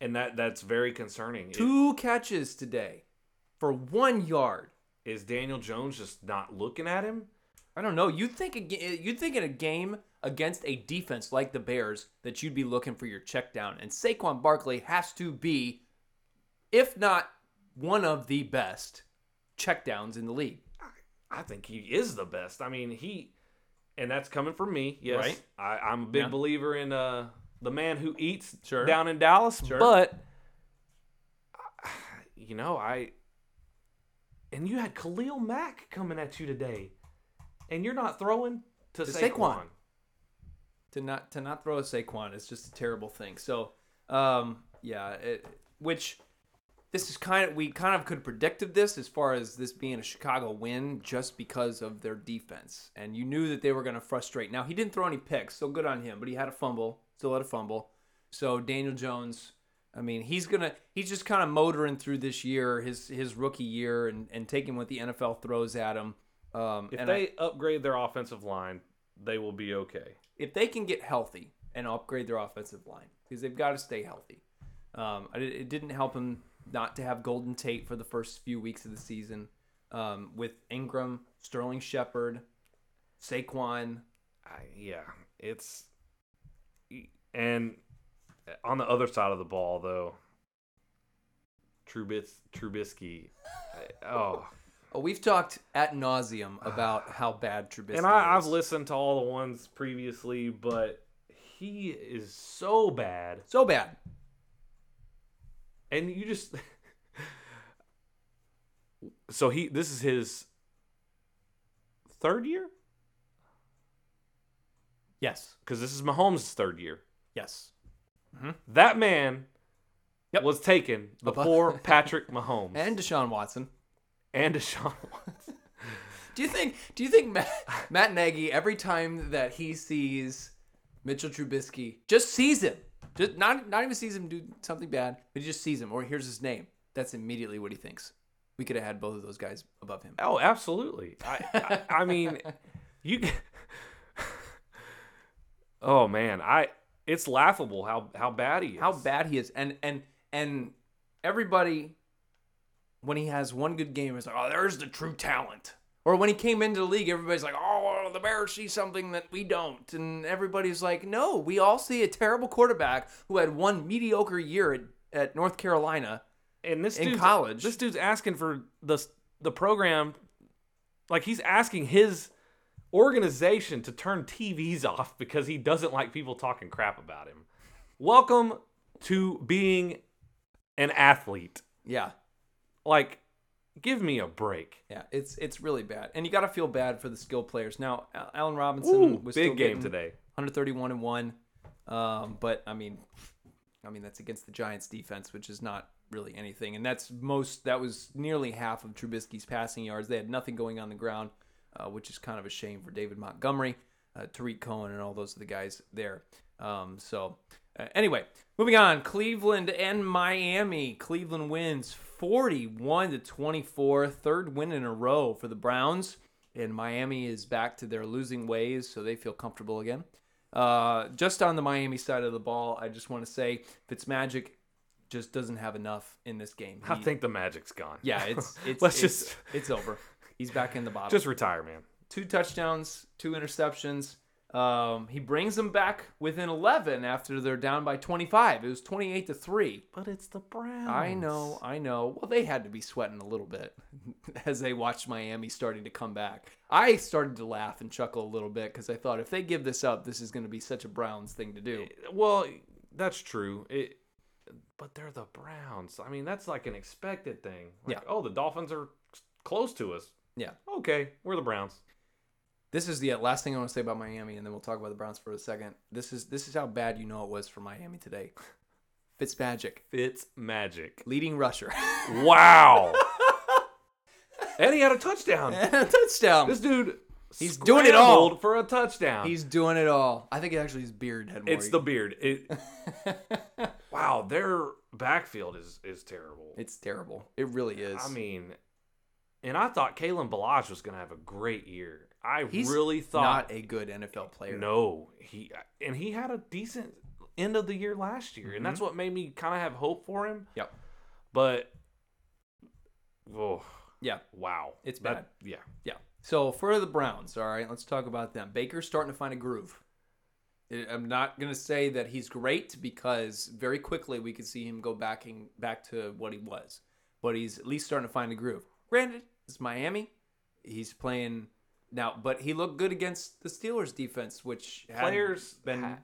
Speaker 2: and that that's very concerning It-
Speaker 1: Two catches today for one yard.
Speaker 2: Is daniel jones just not looking at him
Speaker 1: I don't know. You'd think a ga- you'd think in a game against a defense like the Bears that you'd be looking for your check down. And Saquon Barkley has to be, if not one of the best check downs in the league.
Speaker 2: i think he is the best i mean he and that's coming from me yes
Speaker 1: Right.
Speaker 2: I, i'm a big
Speaker 1: Yeah.
Speaker 2: believer in uh the man who eats
Speaker 1: Sure.
Speaker 2: down in dallas
Speaker 1: Sure.
Speaker 2: but you know, I and you had Khalil Mack coming at you today, and you're not throwing to,
Speaker 1: To
Speaker 2: Saquon.
Speaker 1: Saquon. to not to not throw a Saquon is just a terrible thing. So, um, yeah, it, which this is kind of we kind of could have predicted this as far as this being a Chicago win just because of their defense, and you knew that they were going to frustrate. Now he didn't throw any picks, so good on him, but he had a fumble, still had a fumble. So Daniel Jones, I mean, he's gonna he's just kind of motoring through this year, his his rookie year, and and taking what the NFL throws at him. Um,
Speaker 2: If
Speaker 1: and I-
Speaker 2: they upgrade their offensive line, they will be okay.
Speaker 1: if they can get healthy and upgrade their offensive line because they've got to stay healthy. Um, I- it didn't help him not to have Golden Tate for the first few weeks of the season um, with Ingram, Sterling Shepard, Saquon.
Speaker 2: I, yeah, it's and on the other side of the ball though, Trubis Trubisky. oh,
Speaker 1: Oh, we've talked at nauseum about how bad Trubisky
Speaker 2: and I, I've
Speaker 1: is.
Speaker 2: listened to all the ones previously, but he is so bad.
Speaker 1: so bad.
Speaker 2: and you just so he this is his third year
Speaker 1: Yes.
Speaker 2: because this is Mahomes' third year.
Speaker 1: Yes.
Speaker 2: That man
Speaker 1: Yep.
Speaker 2: was taken before Patrick Mahomes
Speaker 1: And Deshaun Watson.
Speaker 2: and Deshaun. Watson.
Speaker 1: Do you think? Do you think Matt, Matt Nagy every time that he sees Mitchell Trubisky just sees him, just not not even sees him do something bad, but he just sees him or hears his name. That's immediately what he thinks. We could have had both of those guys above him.
Speaker 2: oh, absolutely. I, I, I mean, you. oh man, I it's laughable how how bad he is.
Speaker 1: How bad he is, and and and everybody when he has one good game is like, oh, there's the true talent. Or when he came into the league, everybody's like, oh, the Bears see something that we don't. And everybody's like, no, we all see a terrible quarterback who had one mediocre year at, at North Carolina.
Speaker 2: and this
Speaker 1: in
Speaker 2: dude's-
Speaker 1: college.
Speaker 2: This dude's asking for the the program, like he's asking his organization to turn TVs off because he doesn't like people talking crap about him. Welcome to being an athlete.
Speaker 1: Yeah.
Speaker 2: Like, give me a break.
Speaker 1: Yeah, it's it's really bad, and you got to feel bad for the skill players. Now, Al- Allen Robinson
Speaker 2: Ooh,
Speaker 1: was
Speaker 2: big
Speaker 1: still
Speaker 2: game
Speaker 1: getting
Speaker 2: today.
Speaker 1: 131 and one. Um, but I mean, I mean that's against the Giants' defense, which is not really anything, and that's most that was nearly half of Trubisky's passing yards. They had nothing going on the ground, uh, which is kind of a shame for David Montgomery, uh, Tariq Cohen, and all those of the guys there. Um, so uh, anyway, moving on, Cleveland and Miami. Cleveland wins 41 to 24, third win in a row for the Browns. And Miami is back to their losing ways, so they feel comfortable again. Uh, just on the Miami side of the ball, I just want to say Fitzmagic just doesn't have enough in this game.
Speaker 2: I
Speaker 1: He-
Speaker 2: think the magic's gone.
Speaker 1: yeah, it's it's
Speaker 2: Let's
Speaker 1: it's,
Speaker 2: just-
Speaker 1: it's over. He's back in the bottom.
Speaker 2: just retire, man.
Speaker 1: two touchdowns, two interceptions. Um, he brings them back within 11 after they're down by 25. It was 28 to 3.
Speaker 2: But it's the Browns.
Speaker 1: I know, I know. Well, they had to be sweating a little bit as they watched Miami starting to come back. I started to laugh and chuckle a little bit because I thought if they give this up, this is going to be such a Browns thing to do.
Speaker 2: Well, that's true. It, but they're the Browns. I mean, that's like an expected thing. Like,
Speaker 1: Yeah.
Speaker 2: Oh, the Dolphins are close to us.
Speaker 1: Yeah.
Speaker 2: Okay, we're the Browns.
Speaker 1: This is the uh, last thing I want to say about Miami, and then we'll talk about the Browns for a second. This is this is how bad you know it was for Miami today. Fitzmagic,
Speaker 2: Fitz magic.
Speaker 1: leading rusher,
Speaker 2: Wow. and he had a touchdown.
Speaker 1: touchdown.
Speaker 2: This dude.
Speaker 1: He's doing it all.
Speaker 2: scrambled for a touchdown.
Speaker 1: He's doing it all. I think actually his beard had more.
Speaker 2: it's the beard. It, wow, their backfield is is terrible.
Speaker 1: It's terrible. It really is.
Speaker 2: I mean, and I thought Kalen Balaj was going to have a great year. I
Speaker 1: he's
Speaker 2: really thought
Speaker 1: not a good NFL player.
Speaker 2: no, he and he had a decent end of the year last year, and that's what made me kind of have hope for him.
Speaker 1: Mm-hmm. Yep.
Speaker 2: But oh
Speaker 1: Yeah.
Speaker 2: wow,
Speaker 1: It's
Speaker 2: bad. Yeah,
Speaker 1: Yeah. So for the Browns, all right, let's talk about them. Baker's starting to find a groove. I- I'm not going to say that he's great because very quickly we could see him go backing back to what he was, but he's at least starting to find a groove. Granted, it's Miami. He's playing now, but he looked good against the Steelers defense, which had
Speaker 2: players
Speaker 1: been
Speaker 2: ha-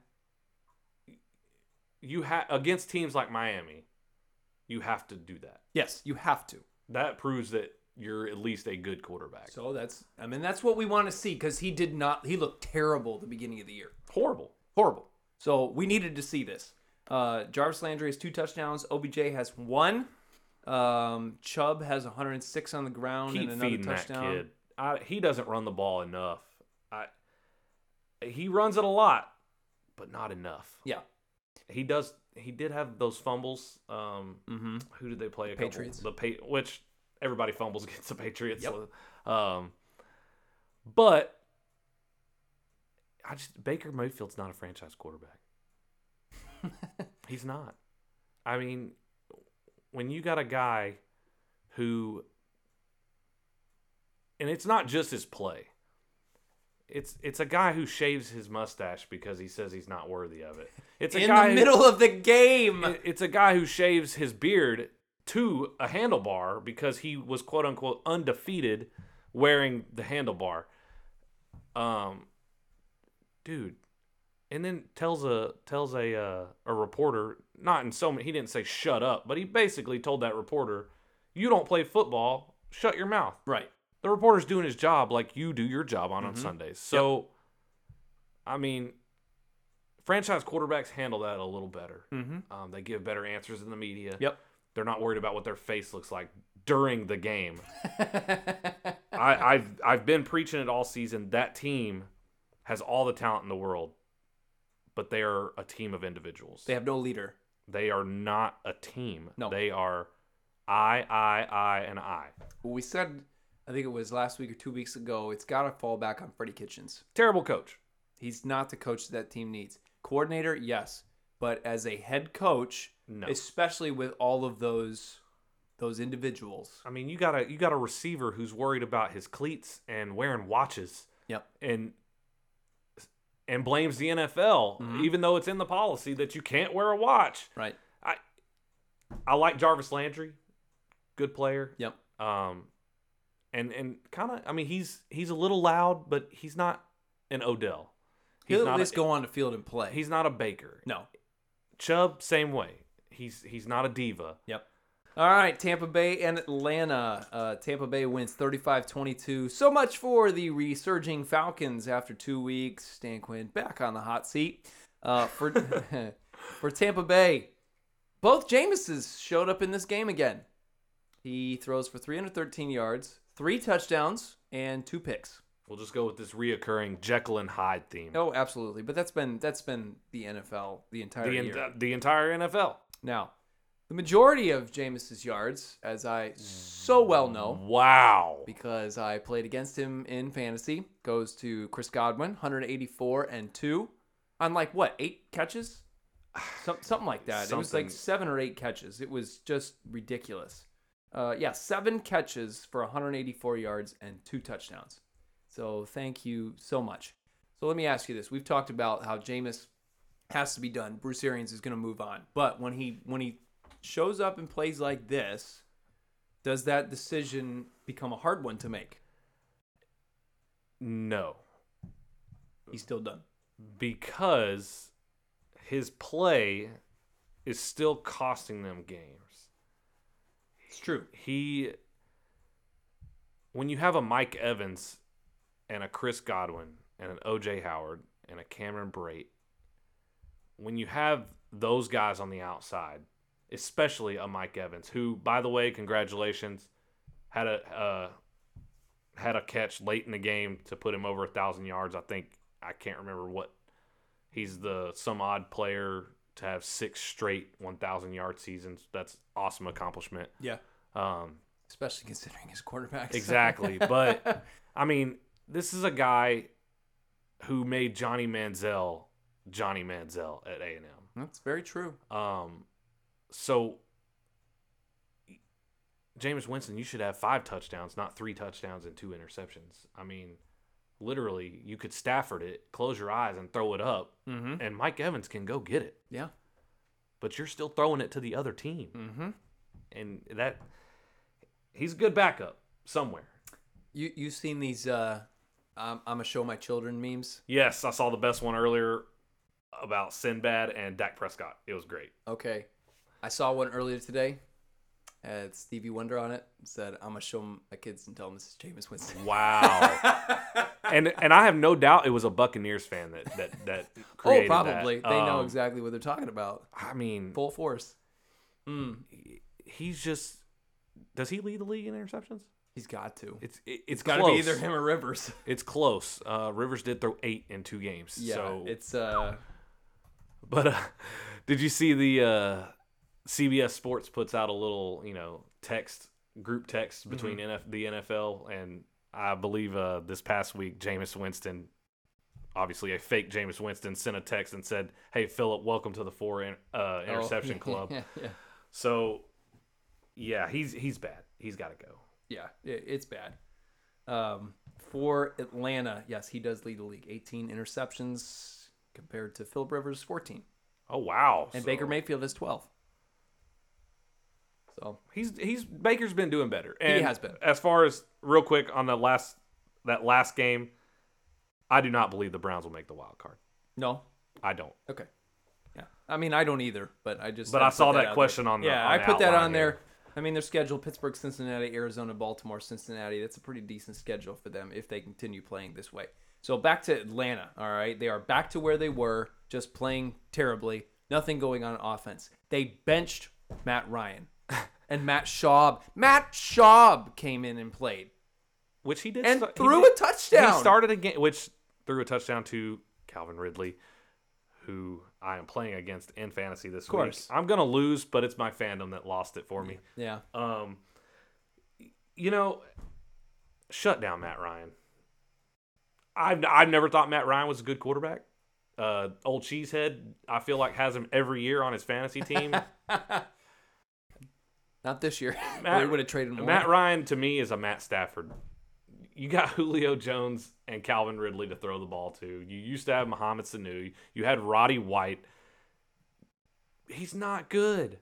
Speaker 2: you have against teams like Miami, you have to do that.
Speaker 1: yes, you have to.
Speaker 2: That proves that you're at least a good quarterback.
Speaker 1: So that's I mean that's what we want to see because he did not he looked terrible at the beginning of the year.
Speaker 2: Horrible.
Speaker 1: horrible. So we needed to see this. Uh, Jarvis Landry has two touchdowns. OBJ has one. Um, Chubb has 106 on the ground
Speaker 2: keep
Speaker 1: and another
Speaker 2: feeding
Speaker 1: touchdown.
Speaker 2: that kid. I, he doesn't run the ball enough. I, he runs it a lot, but not enough.
Speaker 1: Yeah.
Speaker 2: He does. He did have those fumbles. Um,
Speaker 1: Mm-hmm.
Speaker 2: who did they play? A
Speaker 1: Patriots.
Speaker 2: Couple? The pa- which everybody fumbles against the Patriots.
Speaker 1: Yep.
Speaker 2: so, um, but I just Baker Mayfield's not a franchise quarterback. He's not. I mean, when you got a guy who, and it's not just his play. It's it's a guy who shaves his mustache because he says he's not worthy of it. It's a
Speaker 1: In
Speaker 2: guy
Speaker 1: the
Speaker 2: who-
Speaker 1: middle of the game.
Speaker 2: it- it's a guy who shaves his beard to a handlebar because he was quote unquote undefeated wearing the handlebar. Um, dude, and then tells a tells a uh, a reporter not in so many he didn't say shut up, but he basically told that reporter, "You don't play football, shut your mouth."
Speaker 1: right.
Speaker 2: the reporter's doing his job like you do your job on on Sundays. So, I mean, franchise quarterbacks handle that a little better.
Speaker 1: Mhm.
Speaker 2: Um, they give better answers in the media.
Speaker 1: Yep.
Speaker 2: They're not worried about what their face looks like during the game. I, I've I've been preaching it all season. That team has all the talent in the world, but they are a team of individuals.
Speaker 1: They have no leader.
Speaker 2: They are not a team.
Speaker 1: No.
Speaker 2: They are I, I, I, and I.
Speaker 1: Well, we said, I think it was last week or two weeks ago, it's got to fall back on Freddie Kitchens.
Speaker 2: Terrible coach.
Speaker 1: He's not the coach that team needs. Coordinator, yes, but as a head coach,
Speaker 2: No.
Speaker 1: especially with all of those those individuals.
Speaker 2: I mean, you got a you got a receiver who's worried about his cleats and wearing watches
Speaker 1: Yep.
Speaker 2: and and blames the NFL
Speaker 1: Mhm.
Speaker 2: even though it's in the policy that you can't wear a watch.
Speaker 1: Right.
Speaker 2: I like Jarvis Landry. Good player.
Speaker 1: Yep.
Speaker 2: Um and and kind of I mean, he's he's a little loud, but he's not an Odell. He's
Speaker 1: He'll at
Speaker 2: not
Speaker 1: least
Speaker 2: a,
Speaker 1: go on the field and play.
Speaker 2: he's not a Baker.
Speaker 1: no.
Speaker 2: Chubb same way. He's he's not a diva.
Speaker 1: Yep. All right, Tampa Bay and Atlanta. Uh, Tampa Bay wins 35 22. So much for the resurging Falcons after two weeks. Stan Quinn back on the hot seat. Uh, for, for Tampa Bay, both Jameses showed up in this game again. He throws for 313 yards, three touchdowns, and two picks.
Speaker 2: We'll just go with this reoccurring Jekyll and Hyde theme.
Speaker 1: Oh, absolutely. But that's been that's been the NFL the entire
Speaker 2: the,
Speaker 1: year.
Speaker 2: en- the entire NFL.
Speaker 1: Now, the majority of Jameis's yards, as I so well know,
Speaker 2: Wow.
Speaker 1: because I played against him in fantasy, goes to Chris Godwin, 184 and two, on like what eight catches, Some, something like that. It was like
Speaker 2: Something.
Speaker 1: seven or eight catches. It was just ridiculous. Uh, yeah, seven catches for 184 yards and two touchdowns. So thank you so much. So let me ask you this: We've talked about how Jameis has to be done. Bruce Arians is going to move on, but when he when he shows up and plays like this, does that decision become a hard one to make?
Speaker 2: No,
Speaker 1: He's still done.
Speaker 2: because his play is still costing them games.
Speaker 1: It's true.
Speaker 2: he when you have a Mike Evans and a Chris Godwin and an OJ Howard and a Cameron Brate, when you have those guys on the outside, especially a Mike Evans, who by the way, congratulations, had a uh, had a catch late in the game to put him over a thousand yards. I think I can't remember what he's the some odd player to have six straight one thousand yard seasons. That's awesome accomplishment.
Speaker 1: Yeah,
Speaker 2: Um,
Speaker 1: especially considering his quarterback.
Speaker 2: Exactly. but I mean, this is a guy who made Johnny Manziel Johnny Manziel at A and
Speaker 1: That's very true.
Speaker 2: M. Um, so Jameis Winston, you should have five touchdowns, not three touchdowns and two interceptions. I mean, literally, you could Stafford it, close your eyes and throw it up,
Speaker 1: Mm-hmm.
Speaker 2: and Mike Evans can go get it.
Speaker 1: Yeah.
Speaker 2: But you're still throwing it to the other team,
Speaker 1: Mm-hmm.
Speaker 2: and that he's a good backup somewhere.
Speaker 1: You you've seen these uh, I'm, I'm gonna show my children memes.
Speaker 2: Yes, I saw the best one earlier about Sinbad and Dak Prescott. It was great.
Speaker 1: Okay, I saw one earlier today. Had Stevie Wonder on it. It Said I'm gonna show my kids and tell them this is Jameis Winston. Oh,
Speaker 2: Wow. and and I have no doubt it was a Buccaneers fan that that that
Speaker 1: Oh,
Speaker 2: created
Speaker 1: probably
Speaker 2: that.
Speaker 1: they know
Speaker 2: Um,
Speaker 1: exactly what they're talking about.
Speaker 2: I mean,
Speaker 1: Full force. Mm.
Speaker 2: he's just. Does he lead the league in interceptions?
Speaker 1: He's got to.
Speaker 2: It's it, it's
Speaker 1: got to
Speaker 2: close.
Speaker 1: be either him or Rivers.
Speaker 2: It's close. Uh, Rivers did throw eight in two games.
Speaker 1: Yeah,
Speaker 2: so,
Speaker 1: it's uh,
Speaker 2: but uh, did you see the uh, CBS Sports puts out a little you know text group
Speaker 1: Mm-hmm.
Speaker 2: text between NF, the NFL and I believe uh, this past week Jameis Winston, obviously a fake Jameis Winston, sent a text and said, "Hey Philip, welcome to the four in, uh,
Speaker 1: oh,
Speaker 2: interception club."
Speaker 1: Yeah, yeah.
Speaker 2: So yeah, he's he's bad. He's got to go.
Speaker 1: yeah, it, it's bad. Um, for Atlanta, yes, he does lead the league. 18 interceptions compared to Philip Rivers, 14,
Speaker 2: Oh wow!
Speaker 1: and
Speaker 2: So
Speaker 1: Baker Mayfield is 12. So
Speaker 2: he's he's Baker's been doing better. And
Speaker 1: has been.
Speaker 2: As far as real quick on the last that last game, I do not believe the Browns will make the wild card.
Speaker 1: no,
Speaker 2: I don't.
Speaker 1: okay, yeah. I mean, I don't either, but I just
Speaker 2: But
Speaker 1: had
Speaker 2: I
Speaker 1: to put
Speaker 2: saw that
Speaker 1: out there.
Speaker 2: question on the-
Speaker 1: yeah.
Speaker 2: on
Speaker 1: I
Speaker 2: the
Speaker 1: put that
Speaker 2: outline
Speaker 1: on
Speaker 2: here.
Speaker 1: there. I mean, their schedule: Pittsburgh, Cincinnati, Arizona, Baltimore, Cincinnati. That's a pretty decent schedule for them if they continue playing this way. So back to Atlanta. All right, they are back to where they were, just playing terribly. Nothing going on offense. They benched Matt Ryan and Matt Schaub. Matt Schaub came in and played
Speaker 2: Which he did
Speaker 1: and
Speaker 2: sta- he
Speaker 1: threw
Speaker 2: did-
Speaker 1: a touchdown.
Speaker 2: He started a game which threw a touchdown to Calvin Ridley, who I am playing against in fantasy this of
Speaker 1: course.
Speaker 2: week. I'm gonna lose, but it's my fandom that lost it for me.
Speaker 1: Yeah,
Speaker 2: Um, you know, shut down Matt Ryan. I've I've never thought Matt Ryan was a good quarterback. Uh, old cheesehead, I feel like has him every year on his fantasy team.
Speaker 1: not this year.
Speaker 2: Matt-
Speaker 1: we would have traded more.
Speaker 2: Matt Ryan to me is a Matt Stafford. You got Julio Jones and Calvin Ridley to throw the ball to. You used to have Mohamed Sanu. You had Roddy White. He's not good.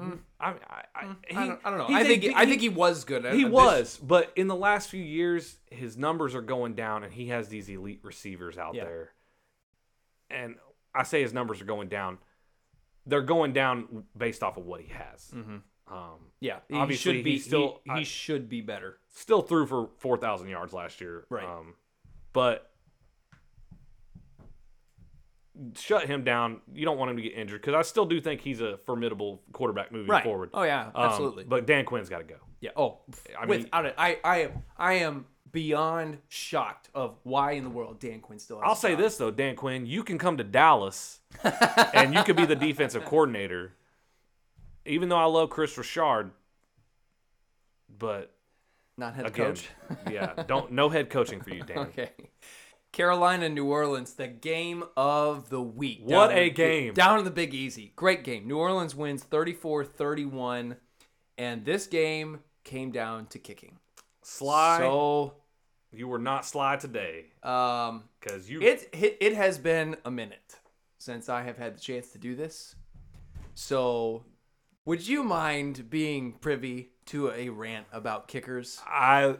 Speaker 1: Mm.
Speaker 2: I, I, I, he-
Speaker 1: I, don't, I don't know.
Speaker 2: he's
Speaker 1: I
Speaker 2: a-
Speaker 1: think I think he was good. I-
Speaker 2: he
Speaker 1: this-
Speaker 2: was, but in the last few years, his numbers are going down, and he has these elite receivers out
Speaker 1: Yeah.
Speaker 2: there. And I say his numbers are going down; they're going down based off of what he has.
Speaker 1: Mm-hmm.
Speaker 2: Um,
Speaker 1: Yeah, he
Speaker 2: Obviously,
Speaker 1: should be
Speaker 2: he-
Speaker 1: still. He,
Speaker 2: he- I-
Speaker 1: should be better.
Speaker 2: still threw for four thousand yards last year,
Speaker 1: Right.
Speaker 2: Um, but shut him down. You don't want him to get injured because I still do think he's a formidable quarterback moving forward.
Speaker 1: Oh yeah,
Speaker 2: Um,
Speaker 1: absolutely.
Speaker 2: but Dan Quinn's got to go.
Speaker 1: yeah. Oh,
Speaker 2: I mean-
Speaker 1: without it, I, I am, I am beyond shocked of why in the world Dan Quinn still. Has
Speaker 2: I'll
Speaker 1: a
Speaker 2: say
Speaker 1: job.
Speaker 2: this though, Dan Quinn, you can come to Dallas and you could be the defensive coordinator. Even though I love Chris Richard, but
Speaker 1: Not head
Speaker 2: again,
Speaker 1: coach.
Speaker 2: yeah, don't no head coaching for you, Dan.
Speaker 1: Okay. Carolina, New Orleans, the game of the week.
Speaker 2: What
Speaker 1: Down in
Speaker 2: a
Speaker 1: the-
Speaker 2: game.
Speaker 1: Down in the Big Easy. Great game. New Orleans wins 34 31. And this game came down to kicking.
Speaker 2: Sly
Speaker 1: So
Speaker 2: You were not sly today
Speaker 1: Um,
Speaker 2: because you.
Speaker 1: it, it it has been a minute since I have had the chance to do this. So, would you mind being privy to a rant about kickers?
Speaker 2: I,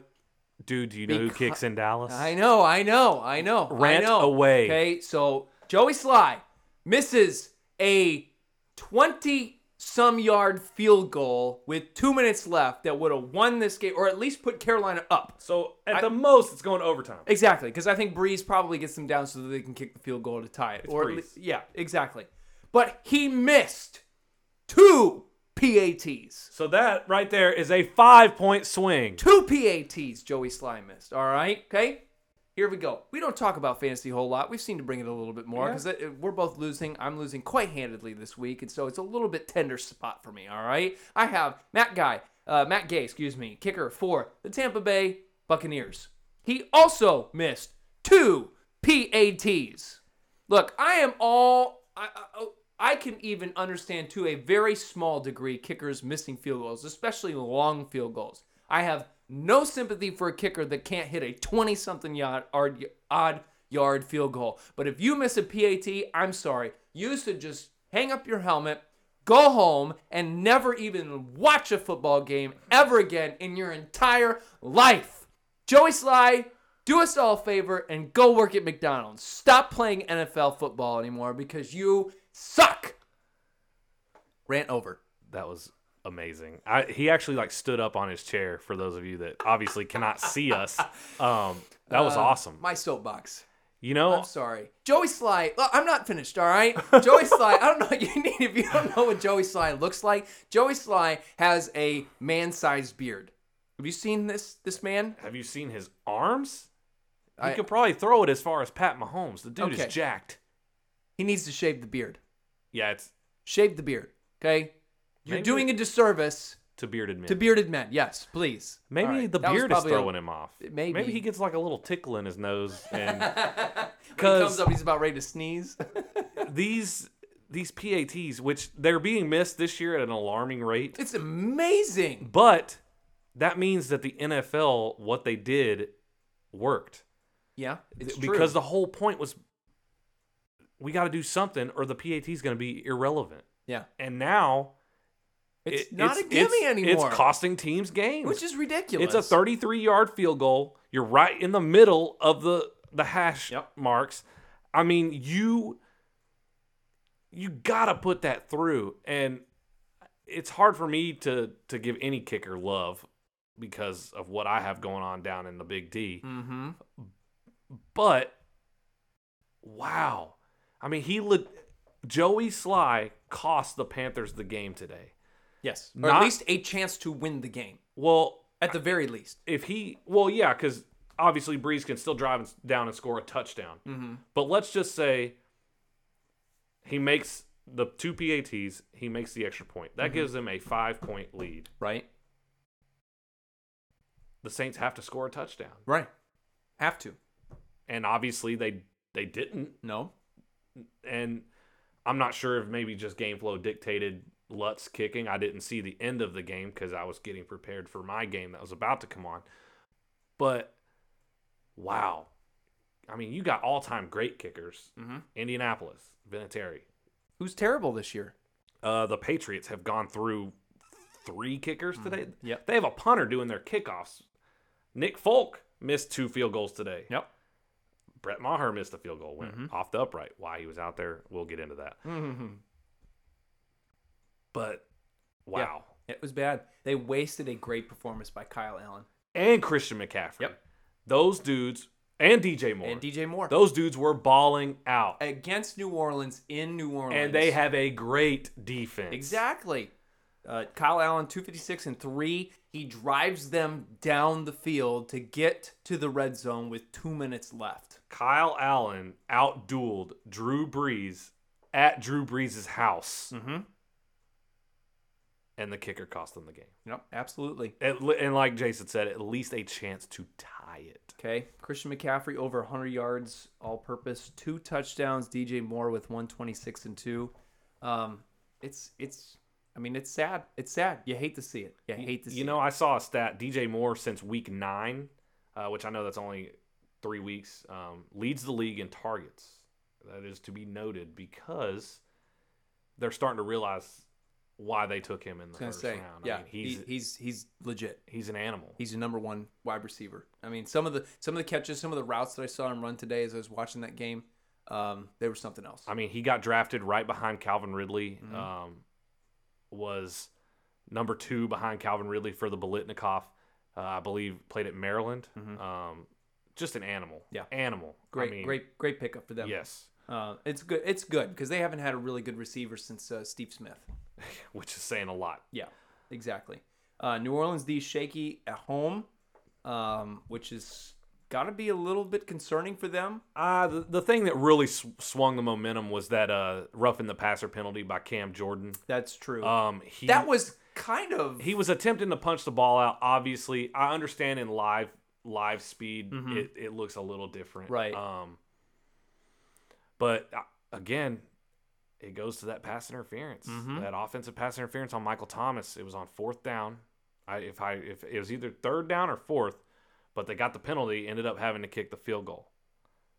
Speaker 2: dude, do you know
Speaker 1: Becau-
Speaker 2: who kicks in Dallas?
Speaker 1: I know, I know, I know.
Speaker 2: Rant
Speaker 1: I know.
Speaker 2: away.
Speaker 1: Okay, so Joey Sly misses a 20 some yard field goal with two minutes left that would have won this game or at least put Carolina up.
Speaker 2: so at the most, it's going to overtime.
Speaker 1: Exactly, because I think Breeze probably gets them down so that they can kick the field goal to tie it. at
Speaker 2: Breeze.
Speaker 1: lea- yeah, exactly. But he missed two PATs.
Speaker 2: So that right there is a five point swing.
Speaker 1: Two PATs Joey Sly missed. All right, okay. Here we go. We don't talk about fantasy a whole lot. We've seen to bring it a little bit more because we're both losing. I'm losing quite handedly this week, and so it's a little bit tender spot for me. All right. I have Matt Guy, uh, Matt Gay, excuse me, kicker for the Tampa Bay Buccaneers. He also missed two PATs. Look, I am all. I, I, I can even understand to a very small degree kickers missing field goals, especially long field goals. I have no sympathy for a kicker that can't hit a 20 something yard odd, odd yard field goal. But if you miss a PAT, I'm sorry. You should just hang up your helmet, go home, and never even watch a football game ever again in your entire life. Joey Sly, do us all a favor and go work at McDonald's. Stop playing NFL football anymore because you suck. Rant over.
Speaker 2: That was amazing. I, he actually like stood up on his chair for those of you that obviously cannot see us. Um, that was awesome.
Speaker 1: Uh, My soapbox.
Speaker 2: You know,
Speaker 1: I'm sorry. Joey Sly, well, I'm not finished, all right? Joey Sly, I don't know what you need if you don't know what Joey Sly looks like. Joey Sly has a man sized beard. Have you seen this this man?
Speaker 2: have you seen his arms? He
Speaker 1: I-
Speaker 2: could probably throw it as far as Pat Mahomes. The dude
Speaker 1: Okay.
Speaker 2: is jacked.
Speaker 1: He needs to shave the beard.
Speaker 2: Yeah, it's
Speaker 1: Shave the beard, okay? You're
Speaker 2: Maybe-
Speaker 1: doing a disservice
Speaker 2: to bearded men.
Speaker 1: to bearded men. Yes, please.
Speaker 2: Maybe
Speaker 1: All right,
Speaker 2: the
Speaker 1: that was
Speaker 2: beard is
Speaker 1: probably a-
Speaker 2: throwing him off.
Speaker 1: Maybe.
Speaker 2: he gets like a little tickle in his nose, and
Speaker 1: When he comes
Speaker 2: 'Cause-
Speaker 1: up, he's about ready to sneeze.
Speaker 2: these these PATs, which they're being missed this year at an alarming rate,
Speaker 1: it's amazing.
Speaker 2: but that means that the NFL what they did worked
Speaker 1: Yeah, it's true.
Speaker 2: because the whole point was we got to do something or the PAT is going to be irrelevant,
Speaker 1: yeah,
Speaker 2: and now
Speaker 1: it's
Speaker 2: it-
Speaker 1: not a gimme
Speaker 2: it's-
Speaker 1: anymore,
Speaker 2: It's costing teams games,
Speaker 1: which is ridiculous.
Speaker 2: It's a 33 yard field goal. You're right in the middle of the the hash
Speaker 1: Yep.
Speaker 2: marks. I mean, you you gotta put that through, and it's hard for me to to give any kicker love because of what I have going on down in the Big D.
Speaker 1: Mm-hmm.
Speaker 2: But wow, I mean, he looked. Joey Sly cost the Panthers the game today.
Speaker 1: Yes, or at
Speaker 2: Not-
Speaker 1: least a chance to win the game
Speaker 2: Well,
Speaker 1: at the very least.
Speaker 2: if he well yeah because obviously breeze can still drive and s- down and score a touchdown
Speaker 1: Mm-hmm.
Speaker 2: but let's just say he makes the two pats he makes the extra point that gives them a five point lead
Speaker 1: Right,
Speaker 2: the saints have to score a touchdown
Speaker 1: right. Have to.
Speaker 2: and obviously they they didn't
Speaker 1: No.
Speaker 2: and i'm not sure if maybe just game flow dictated lutz kicking i didn't see the end of the game because i was getting prepared for my game that was about to come on but wow i mean you got all-time great kickers
Speaker 1: Mm-hmm.
Speaker 2: Indianapolis, Vinatieri.
Speaker 1: Who's terrible this year?
Speaker 2: Uh, the Patriots have gone through three kickers today.
Speaker 1: Mm-hmm. Yep.
Speaker 2: They have a punter doing their kickoffs. Nick Folk missed two field goals today.
Speaker 1: Yep.
Speaker 2: Brett Maher missed a field goal win off the upright. Why he was out there, we'll get into that.
Speaker 1: Mm-hmm.
Speaker 2: But wow.
Speaker 1: It was bad. They wasted a great performance by Kyle Allen
Speaker 2: And Christian McCaffrey.
Speaker 1: Yep.
Speaker 2: Those dudes and DJ Moore.
Speaker 1: and DJ Moore
Speaker 2: Those dudes were balling out.
Speaker 1: against New Orleans in New Orleans,
Speaker 2: And they have a great defense.
Speaker 1: Exactly. Uh, Kyle Allen, 256 and three. He drives them down the field to get to the red zone with two minutes left.
Speaker 2: Kyle Allen outdueled Drew Brees at Drew Brees' house,
Speaker 1: Mm-hmm.
Speaker 2: and the kicker cost them the game.
Speaker 1: Yep, absolutely.
Speaker 2: At le- and like Jason said, at least a chance to tie it.
Speaker 1: Okay. Christian McCaffrey over 100 yards all purpose, two touchdowns. DJ Moore with 126 and two. Um, it's, it's, I mean, it's sad. It's sad. You hate to see it. You hate to see
Speaker 2: You know, I saw a stat: DJ Moore since Week Nine uh, which I know that's only three weeks, um, leads the league in targets. That is to be noted because they're starting to realize why they took him in the
Speaker 1: I was
Speaker 2: first
Speaker 1: gonna say,
Speaker 2: round.
Speaker 1: yeah,
Speaker 2: I mean, he's
Speaker 1: he, he's he's legit.
Speaker 2: he's an animal.
Speaker 1: He's a number one wide receiver. I mean, some of the some of the catches, some of the routes that I saw him run today as I was watching that game, um, they were something else.
Speaker 2: I mean, he got drafted right behind Calvin Ridley.
Speaker 1: Mm-hmm.
Speaker 2: Um, was number two behind Calvin Ridley for the Bolitnikov. Uh, I believe played at Maryland. Um, just an animal.
Speaker 1: Mm-hmm. Yeah.
Speaker 2: animal. I
Speaker 1: Great,
Speaker 2: mean,
Speaker 1: great, great pickup for them.
Speaker 2: Yes,
Speaker 1: Uh, it's good. It's good because they haven't had a really good receiver since uh, Steve Smith.
Speaker 2: which is saying a lot.
Speaker 1: Yeah, exactly. Uh, New Orleans D shaky at home, um, which is got to be a little bit concerning for them.
Speaker 2: Uh, the, the thing that really sw- swung the momentum was that uh, roughing the passer penalty by Cam Jordan.
Speaker 1: That's true.
Speaker 2: Um, he,
Speaker 1: that was kind of
Speaker 2: he was attempting to punch the ball out. Obviously, I understand in live live speed, it, it looks a little different,
Speaker 1: Mm-hmm. Right.
Speaker 2: Um, but uh, again, it goes to that pass interference,
Speaker 1: Mm-hmm.
Speaker 2: that offensive pass interference on Michael Thomas. It was on fourth down. I, if I if it was either third down or fourth, but they got the penalty, ended up having to kick the field goal,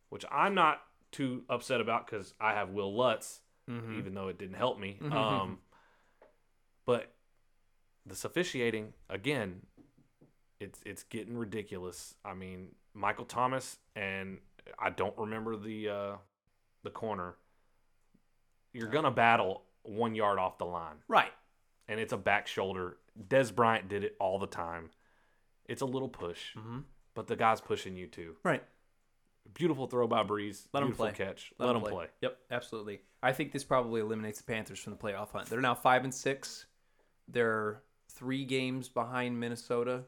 Speaker 2: which I'm not too upset about because I have Will Lutz, even though it didn't help me. Um, but this officiating again it's it's getting ridiculous i mean michael thomas and i don't remember the uh the corner you're gonna battle one yard off the line
Speaker 1: right.
Speaker 2: and it's a back shoulder des bryant did it all the time it's a little push but the guy's pushing you too
Speaker 1: Right.
Speaker 2: beautiful throw by breeze
Speaker 1: Let 'em
Speaker 2: beautiful
Speaker 1: play.
Speaker 2: catch let, him play,
Speaker 1: Yep, absolutely. I think this probably eliminates the Panthers from the playoff hunt. They're now five and six. They're three games behind Minnesota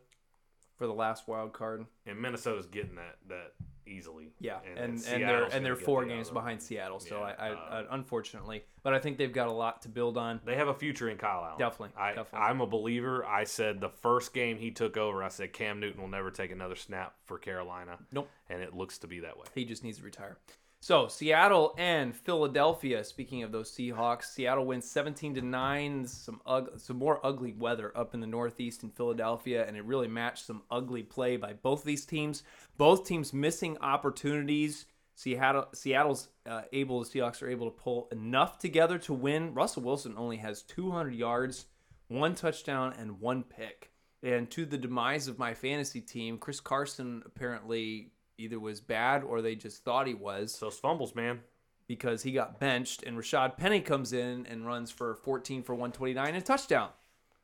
Speaker 1: for the last wild card.
Speaker 2: and minnesota's getting that that easily
Speaker 1: Yeah, and
Speaker 2: then
Speaker 1: and, they're
Speaker 2: Seattle's
Speaker 1: and they're
Speaker 2: gonna get
Speaker 1: four
Speaker 2: the
Speaker 1: games
Speaker 2: other.
Speaker 1: behind Seattle. So
Speaker 2: Yeah,
Speaker 1: I, I
Speaker 2: uh,
Speaker 1: uh, unfortunately, but I think they've got a lot to build on.
Speaker 2: They have a future in Kyle Allen.
Speaker 1: Definitely,
Speaker 2: I,
Speaker 1: definitely.
Speaker 2: I'm a believer. I said the first game he took over, I said Cam Newton will never take another snap for Carolina.
Speaker 1: Nope.
Speaker 2: And it looks to be that way.
Speaker 1: He just needs to retire. So Seattle and Philadelphia. Speaking of those Seahawks, Seattle wins seventeen to nine. Some ug- some more ugly weather up in the Northeast in Philadelphia, and it really matched some ugly play by both these teams. Both teams missing opportunities. Seattle Seattle's uh, able the Seahawks are able to pull enough together to win. Russell Wilson only has two hundred yards, one touchdown, and one pick. And to the demise of my fantasy team, Chris Carson apparently either was bad or they just thought he was
Speaker 2: So it's fumbles, man.
Speaker 1: because he got benched and Rashad Penny comes in and runs for 14 for 129 and a touchdown.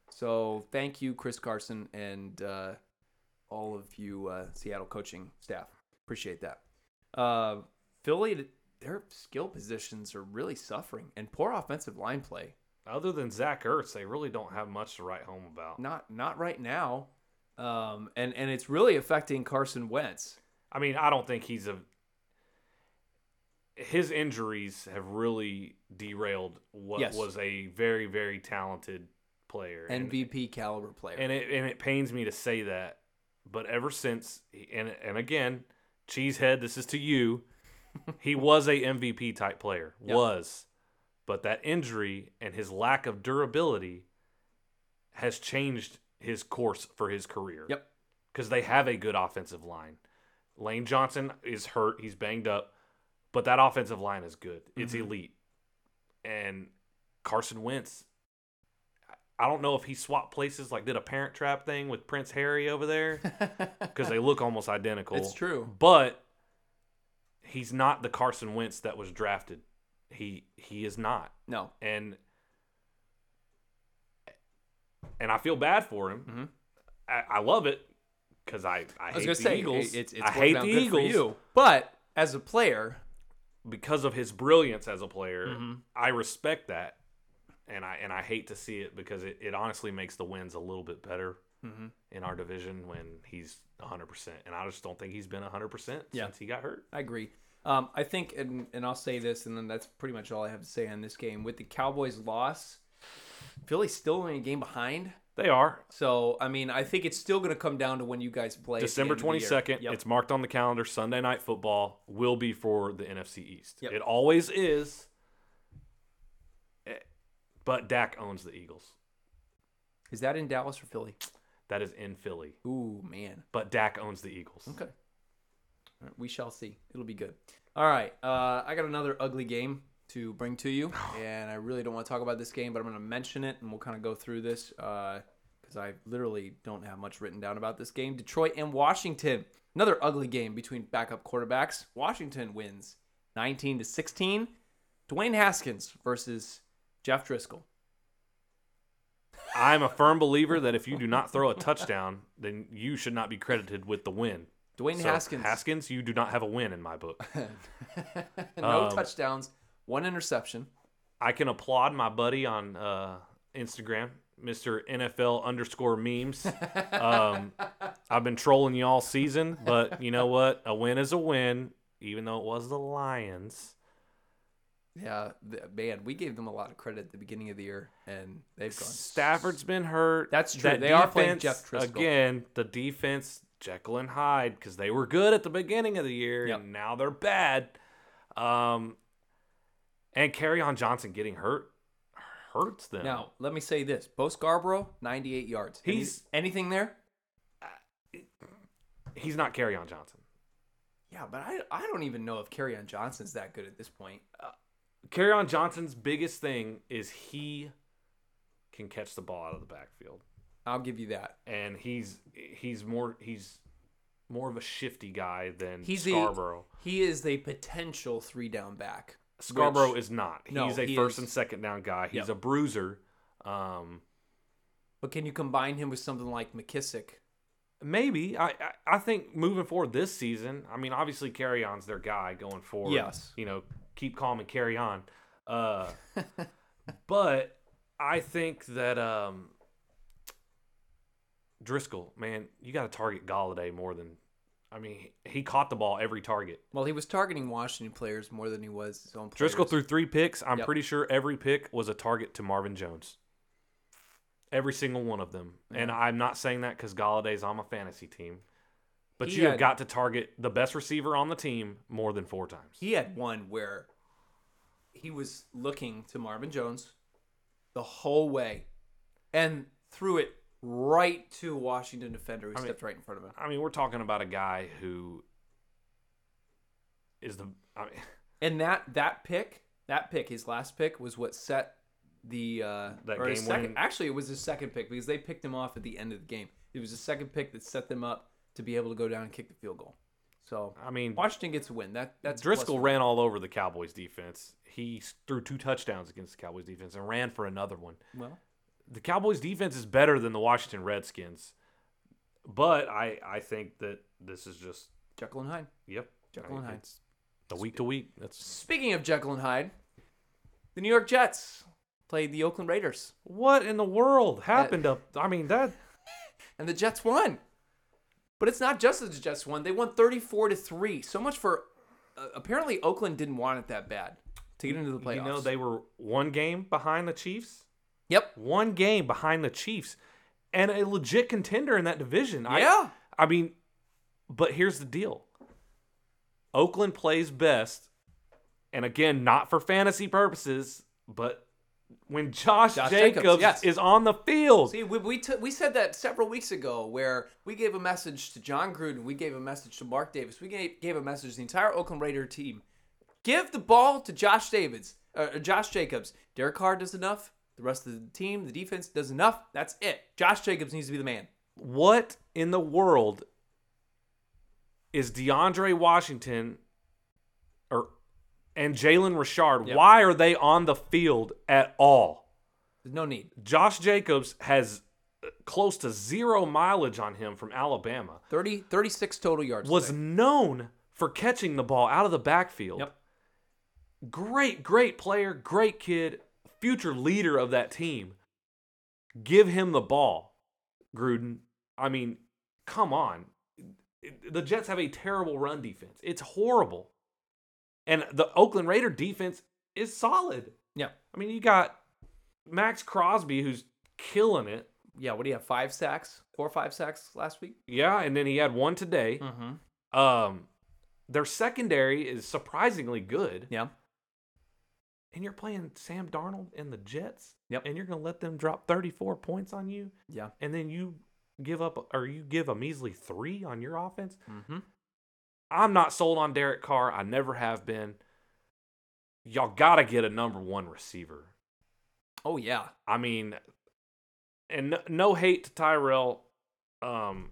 Speaker 1: So thank you, Chris Carson, and uh, all of you uh, Seattle coaching staff. Appreciate that. Uh, Philly, their skill positions are really suffering and poor offensive line play.
Speaker 2: Other than Zach Ertz, they really don't have much to write home about.
Speaker 1: Not not right now. Um, and, and it's really affecting Carson Wentz.
Speaker 2: I mean, I don't think he's a. His injuries have really derailed what
Speaker 1: Yes.
Speaker 2: was a very, very talented player. And-
Speaker 1: MVP caliber player.
Speaker 2: and it and it pains me to say that, but ever since and and again, Cheesehead, this is to you. he was a MVP type player, was, but that injury and his lack of durability has changed his course for his career.
Speaker 1: Yep.
Speaker 2: because they have a good offensive line. Lane Johnson is hurt; he's banged up, but that offensive line is good. It's
Speaker 1: Mm-hmm.
Speaker 2: elite, and Carson Wentz I don't know if he swapped places, like did a Parent Trap thing with Prince Harry over there, because they look almost identical.
Speaker 1: It's true.
Speaker 2: but he's not the Carson Wentz that was drafted. He he is not,
Speaker 1: No,
Speaker 2: and and I feel bad for him. I, I love it because I I,
Speaker 1: Mm-hmm. I was
Speaker 2: hate
Speaker 1: gonna
Speaker 2: the
Speaker 1: say
Speaker 2: Eagles.
Speaker 1: it- It's, it's
Speaker 2: I
Speaker 1: working
Speaker 2: hate
Speaker 1: out
Speaker 2: the
Speaker 1: good
Speaker 2: Eagles.
Speaker 1: for you, but as a player,
Speaker 2: because of his brilliance as a player,
Speaker 1: Mm-hmm.
Speaker 2: I respect that, and I and I hate to see it because it, it honestly makes the wins a little bit better
Speaker 1: Mm-hmm.
Speaker 2: in our division when he's 100. percent And I just don't think he's been 100 percent
Speaker 1: Yeah.
Speaker 2: since he got hurt.
Speaker 1: I agree. Um, I think, and, and I'll say this, and then that's pretty much all I have to say on this game. With the Cowboys' loss, Philly's still only a game behind.
Speaker 2: They are
Speaker 1: So, I mean, I think it's still going to come down to when you guys play. at the
Speaker 2: December
Speaker 1: end of the year.
Speaker 2: 22nd.
Speaker 1: Yep.
Speaker 2: It's marked on the calendar. Sunday Night Football will be for the NFC East.
Speaker 1: Yep.
Speaker 2: It always is. Eh, But Dak owns the Eagles.
Speaker 1: Is that in Dallas or Philly?
Speaker 2: That is in Philly.
Speaker 1: Ooh, man.
Speaker 2: But Dak owns the Eagles.
Speaker 1: Okay. All right, we shall see. It'll be good. All right. Uh, I got another ugly game to bring to you, and I really don't want to talk about this game, but I'm going to mention it, and we'll kind of go through this because I literally don't have much written down about this game. Detroit and Washington. Another ugly game between backup quarterbacks. Washington wins 19 to 16. Dwayne Haskins versus Jeff Driscoll.
Speaker 2: I'm a firm believer that if you do not throw a touchdown, then you should not be credited with the win.
Speaker 1: Dwayne
Speaker 2: So,
Speaker 1: Haskins.
Speaker 2: Haskins, you do not have a win in my book.
Speaker 1: no
Speaker 2: Um,
Speaker 1: touchdowns, one interception.
Speaker 2: I can applaud my buddy on uh, Instagram, Mr. NFL underscore memes. Um, I've been trolling you all season, but you know what? A win is a win, even though it was the Lions.
Speaker 1: Yeah, th- man, we gave them a lot of credit at the beginning of the year, and they've gone.
Speaker 2: Stafford's been hurt.
Speaker 1: That's true. They are playing Jeff Driscoll.
Speaker 2: Again, the defense, Jekyll and Hyde, because they were good at the beginning of the year,
Speaker 1: Yep.
Speaker 2: and now they're bad. Um, and Carry on Johnson getting hurt hurts them.
Speaker 1: Now, let me say this: Bo Scarborough, 98 yards. Any-
Speaker 2: He's-
Speaker 1: anything there?
Speaker 2: He's not Carry on Johnson.
Speaker 1: Yeah, but I, I don't even know if Carryon Johnson's that good at this point.
Speaker 2: Carry on Johnson's biggest thing is he can catch the ball out of the backfield.
Speaker 1: I'll give you that.
Speaker 2: And he's he's more he's more of a shifty guy than
Speaker 1: He's the-
Speaker 2: Mm, Scarborough.
Speaker 1: He is the potential three down back. which-
Speaker 2: Scarborough is not. He's
Speaker 1: No,
Speaker 2: a
Speaker 1: he
Speaker 2: first
Speaker 1: is-
Speaker 2: and second down guy. He's
Speaker 1: Yep.
Speaker 2: a bruiser. Um,
Speaker 1: but can you combine him with something like McKissick?
Speaker 2: maybe I, I I think moving forward this season. I mean, obviously carry on's their guy going forward.
Speaker 1: Yes.
Speaker 2: you know, keep calm and carry on. Uh, but I think that um, Driscoll, man, you got to target Galladay more than. I mean, he caught the ball every target.
Speaker 1: Well, he was targeting Washington players more than he was his own players.
Speaker 2: Driscoll threw three picks. I'm
Speaker 1: Yep.
Speaker 2: pretty sure every pick was a target to Marvin Jones. Every single one of them. And I'm not saying that because Galladay's on my fantasy team. But
Speaker 1: He
Speaker 2: you have
Speaker 1: had-
Speaker 2: got to target the best receiver on the team more than four times.
Speaker 1: He had one where he was looking to Marvin Jones the whole way and threw it right to a Washington defender who
Speaker 2: mean-
Speaker 1: stepped right in front of him.
Speaker 2: I mean, we're talking about a guy who is the. I mean,
Speaker 1: And that that pick, that pick, his last pick was what set the uh,
Speaker 2: That
Speaker 1: or his
Speaker 2: game
Speaker 1: second,
Speaker 2: winning-
Speaker 1: Actually, it was his second pick because they picked him off at the end of the game. It was the second pick that set them up to be able to go down and kick the field goal. So
Speaker 2: I mean
Speaker 1: Washington gets a win. That that's plus
Speaker 2: Um, Driscoll
Speaker 1: one.
Speaker 2: ran all over the Cowboys defense. He s- threw two touchdowns against the Cowboys defense and ran for another one.
Speaker 1: Well,
Speaker 2: the Cowboys defense is better than the Washington Redskins. But I I think that this is just
Speaker 1: Jekyll and Hyde.
Speaker 2: yep.
Speaker 1: Jekyll and Hyde.
Speaker 2: It's The week to week. That's
Speaker 1: Speaking of Jekyll and Hyde, the New York Jets played the Oakland Raiders,
Speaker 2: what in the world happened up I mean that
Speaker 1: and the Jets won. But it's not just that the Jets won; they won thirty-four to three. So much for uh, apparently Oakland didn't want it that bad to get into the playoffs.
Speaker 2: you know they were one game behind the Chiefs.
Speaker 1: yep.
Speaker 2: One game behind the Chiefs. And a legit contender in that division.
Speaker 1: Yeah.
Speaker 2: I, I mean, but here's the deal. Oakland plays best, and again, not for fantasy purposes, but when Josh,
Speaker 1: Josh
Speaker 2: Jacobs,
Speaker 1: Jacobs, yes.
Speaker 2: is on the field,
Speaker 1: See, we we, t- we said that several weeks ago, where we gave a message to John Gruden, we gave a message to Mark Davis, we gave, gave a message to the entire Oakland Raider team. Give the ball to Josh Davids, uh, uh, Josh Jacobs. Derek Carr does enough. The rest of the team, the defense does enough. That's it. Josh Jacobs needs to be the man.
Speaker 2: what in the world is DeAndre Washington or and Jalen Richard?
Speaker 1: Yep.
Speaker 2: Why are they on the field at all?
Speaker 1: There's no need.
Speaker 2: Josh Jacobs has uh, close to zero mileage on him from Alabama.
Speaker 1: 30, 36 total yards.
Speaker 2: Was
Speaker 1: today.
Speaker 2: known for catching the ball out of the backfield.
Speaker 1: Yep.
Speaker 2: Great, great player, great kid, future leader of that team. Give him the ball, Gruden. I mean, come on. The Jets have a terrible run defense. It's horrible. And the Oakland Raider defense is solid.
Speaker 1: yeah,
Speaker 2: I mean, you got Max Crosby who's killing it.
Speaker 1: yeah. What do you have? Five sacks, four or five sacks last week.
Speaker 2: Yeah, and then he had one today.
Speaker 1: Mm-hmm.
Speaker 2: Um, their secondary is surprisingly good,
Speaker 1: Yeah.
Speaker 2: and you're playing Sam Darnold and the Jets.
Speaker 1: Yep.
Speaker 2: and you're gonna let them drop 34 points on you,
Speaker 1: Yeah.
Speaker 2: and then you give up or you give a measly three on your offense. I'm not sold on Derek Carr. I never have been. Y'all gotta get a number one receiver.
Speaker 1: Oh yeah.
Speaker 2: I mean, and no, no hate to Tyrell. Um,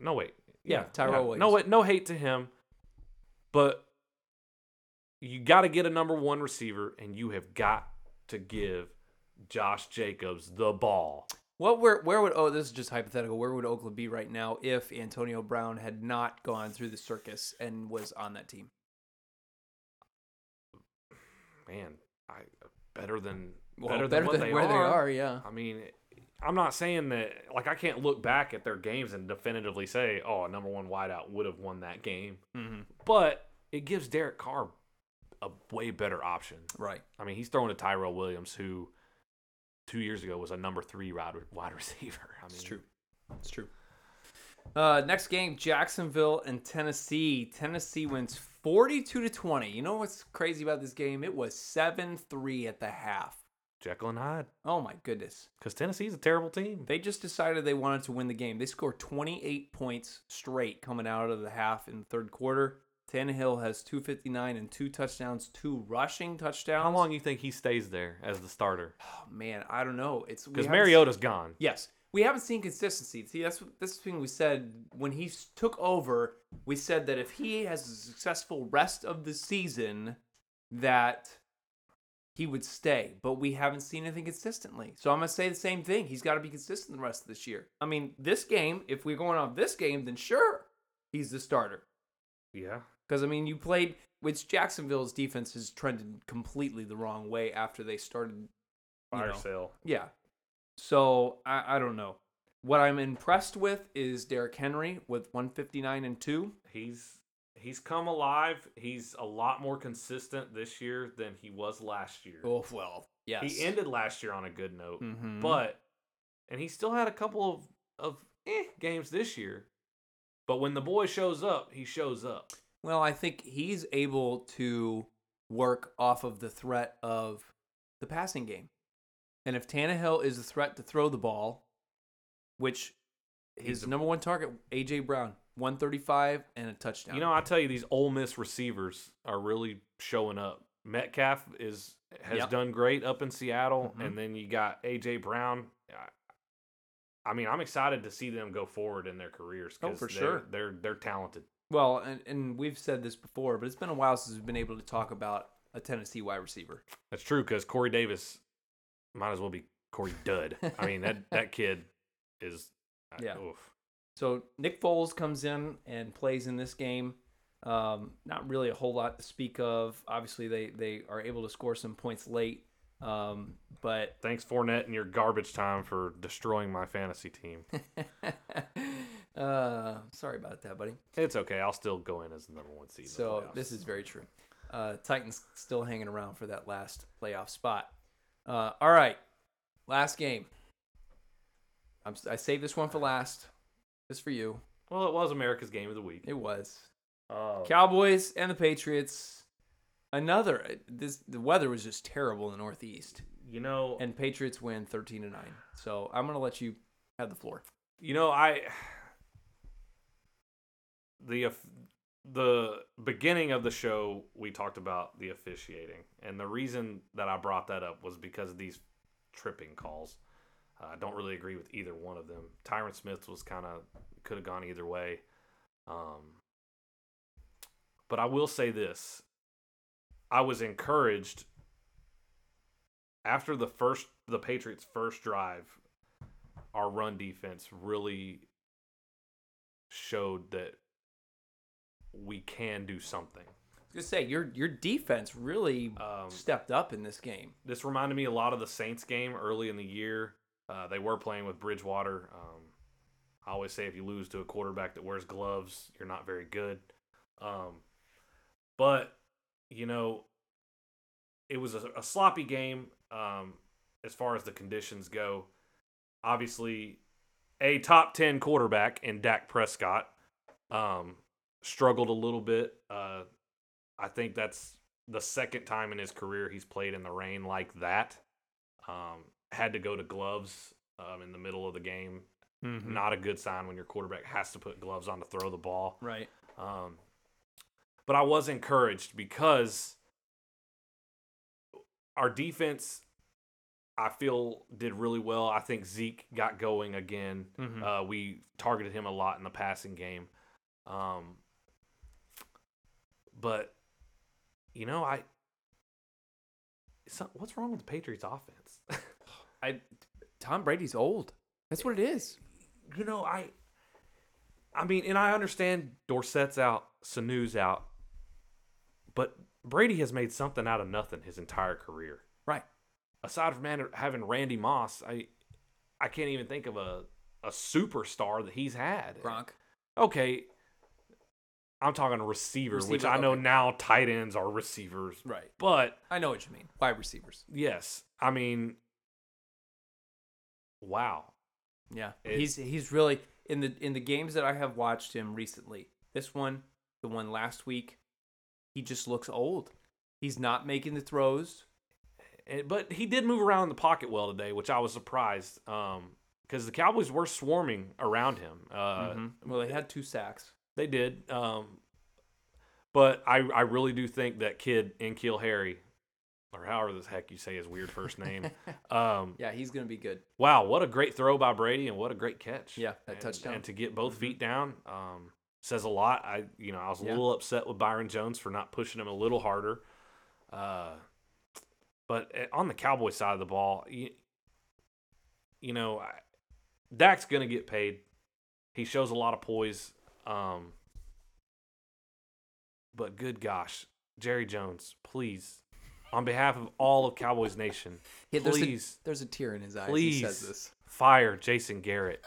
Speaker 2: no wait,
Speaker 1: Yeah, Tyrell Williams.
Speaker 2: No wait, no hate to him, but you got to get a number one receiver, and you have got to give Josh Jacobs the ball.
Speaker 1: What where where would oh this is just hypothetical. Where would Oakland be right now if Antonio Brown had not gone through the circus and was on that team?
Speaker 2: Man, I better than
Speaker 1: Well,
Speaker 2: better, than, what they
Speaker 1: where
Speaker 2: are.
Speaker 1: they are, yeah.
Speaker 2: I mean, I'm not saying that like I can't look back at their games and definitively say, oh, a number one wideout would have won that game.
Speaker 1: Mhm.
Speaker 2: But it gives Derek Carr a way better option.
Speaker 1: Right.
Speaker 2: I mean, he's throwing to Tyrell Williams, who two years ago was a number three wide, wide receiver. I mean,
Speaker 1: It's true. It's true. Uh, next game, Jacksonville and Tennessee. Tennessee wins 42 to 20. You know what's crazy about this game? It was 7-3 at the half.
Speaker 2: Jekyll and Hyde,
Speaker 1: Oh my goodness.
Speaker 2: because Tennessee's a terrible team.
Speaker 1: They just decided they wanted to win the game. They scored 28 points straight coming out of the half in the third quarter. Tannehill has 259 and two touchdowns, two rushing touchdowns.
Speaker 2: How long do you think he stays there as the starter?
Speaker 1: Oh, man, I don't know. It's we
Speaker 2: Because
Speaker 1: haven't
Speaker 2: Mariota's gone.
Speaker 1: Yes. We haven't seen consistency. See, that's what- this thing we said when he s- took over. We said that if he has a successful rest of the season, that he would stay. But we haven't seen anything consistently. So I'm gonna say the same thing. He's got to be consistent the rest of this year. I mean, this game. If we're going off this game, then sure, he's the starter.
Speaker 2: Yeah.
Speaker 1: Because I mean, you played which Jacksonville's defense has trended completely the wrong way after they started you
Speaker 2: Fire
Speaker 1: know,
Speaker 2: sale.
Speaker 1: yeah. So I, I don't know. What I'm impressed with is Derrick Henry with 159 and two.
Speaker 2: He's he's come alive. He's a lot more consistent this year than he was last year.
Speaker 1: Oh well, yes.
Speaker 2: He ended last year on a good note,
Speaker 1: Mhm.
Speaker 2: but and he still had a couple of of eh, games this year. But when the boy shows up, he shows up.
Speaker 1: well, I think he's able to work off of the threat of the passing game, and if Tannehill is a threat to throw the ball, which
Speaker 2: He's
Speaker 1: his
Speaker 2: a-
Speaker 1: number one target, AJ Brown, 135 and a touchdown.
Speaker 2: You know, I tell you, these Ole Miss receivers are really showing up. Metcalf is has
Speaker 1: Yep.
Speaker 2: done great up in Seattle,
Speaker 1: Mhm.
Speaker 2: and then you got AJ Brown. I- I mean, I'm excited to see them go forward in their careers.
Speaker 1: Oh,
Speaker 2: 'cause
Speaker 1: for
Speaker 2: they're-
Speaker 1: sure.
Speaker 2: they're they're talented.
Speaker 1: well, and, and we've said this before, but it's been a while since we've been able to talk about a Tennessee wide receiver.
Speaker 2: That's true because Corey Davis might as well be Corey Dud. I mean that that kid is I-
Speaker 1: Yeah.
Speaker 2: oof.
Speaker 1: So Nick Foles comes in and plays in this game. Um, not really a whole lot to speak of. Obviously, they they are able to score some points late, um, but
Speaker 2: Thanks Fournette and your garbage time for destroying my fantasy team.
Speaker 1: uh, sorry about that, buddy.
Speaker 2: it's okay. I'll still go in as the number one seed. in the
Speaker 1: So
Speaker 2: playoffs.
Speaker 1: this is very true. Uh, Titans still hanging around for that last playoff spot. Uh, all right, last game. I'm, si saved this one for last, just for you.
Speaker 2: well, it was America's game of the week.
Speaker 1: It was
Speaker 2: Oh,
Speaker 1: Cowboys and the Patriots. Another this the weather was just terrible in the Northeast,
Speaker 2: you know,
Speaker 1: and Patriots win thirteen to nine. So I'm gonna let you have the floor.
Speaker 2: you know, I the aff- the beginning of the show we talked about the officiating, and the reason that I brought that up was because of these tripping calls. Uh, I don't really agree with either one of them. Tyron Smith was kind of could have gone either way. Um, but I will say this: I was encouraged after the first the Patriots' first drive our run defense really showed that we can do something.
Speaker 1: I was gonna say your your defense really
Speaker 2: Um,
Speaker 1: stepped up in this game.
Speaker 2: this reminded me a lot of the Saints game early in the year. Uh, they were playing with Bridgewater. Um, I always say if you lose to a quarterback that wears gloves, you're not very good. Um, but you know, it was a, a sloppy game um, as far as the conditions go. Obviously, a top ten quarterback in Dak Prescott um, struggled a little bit. Uh, I think that's the second time in his career he's played in the rain like that. Um, had to go to gloves um, in the middle of the game
Speaker 1: Mm-hmm.
Speaker 2: Not a good sign when your quarterback has to put gloves on to throw the ball.
Speaker 1: Right.
Speaker 2: Um, but I was encouraged because our defense, I feel, did really well. I think Zeke got going again.
Speaker 1: Hmm.
Speaker 3: Mhm.
Speaker 2: Uh, we targeted him a lot in the passing game. Um, but you know, I some, what's wrong with the Patriots' offense?
Speaker 1: I Tom Brady's old. That's what it is.
Speaker 2: you know, I I mean, and I understand Dorsett's out, Sanu's out, but Brady has made something out of nothing his entire career.
Speaker 1: Right.
Speaker 2: Aside from man- having Randy Moss, I I can't even think of a a superstar that he's had.
Speaker 1: Gronk.
Speaker 2: Okay. I'm talking receiver, which
Speaker 1: Receiver,
Speaker 2: I know
Speaker 1: okay.
Speaker 2: now tight ends are receivers.
Speaker 1: Right.
Speaker 2: But
Speaker 1: I know what you mean. Wide receivers.
Speaker 2: yes, I mean wow.
Speaker 1: Yeah.
Speaker 2: It-
Speaker 1: he's he's really in the in the games that I have watched him recently. This one, the one last week, he just looks old. He's not making the throws.
Speaker 2: And- Eh, but he did move around in the pocket well today, which I was surprised because the Cowboys were swarming around him. Uh,
Speaker 1: Mm-hmm. Well, they had two sacks.
Speaker 2: They did, um, but I, I really do think that kid in Kill Harry, or however the heck you say his weird first name, um,
Speaker 1: Yeah, he's gonna be good.
Speaker 2: wow, what a great throw by Brady and what a great catch.
Speaker 1: Yeah, that
Speaker 2: and,
Speaker 1: touchdown. Mm-hmm.
Speaker 2: and to get both feet down um, says a lot. I you know I was a
Speaker 1: Yeah.
Speaker 2: little upset with Byron Jones for not pushing him a little harder. Uh, but eh, on the Cowboy side of the ball, you, you know I, Dak's gonna get paid. He shows a lot of poise. Um, but good gosh, Jerry Jones, please, on behalf of all of Cowboys Nation,
Speaker 1: Yeah, there's
Speaker 2: please
Speaker 1: a, there's a tear in his eye. as He says
Speaker 2: please
Speaker 1: this.
Speaker 2: fire Jason Garrett.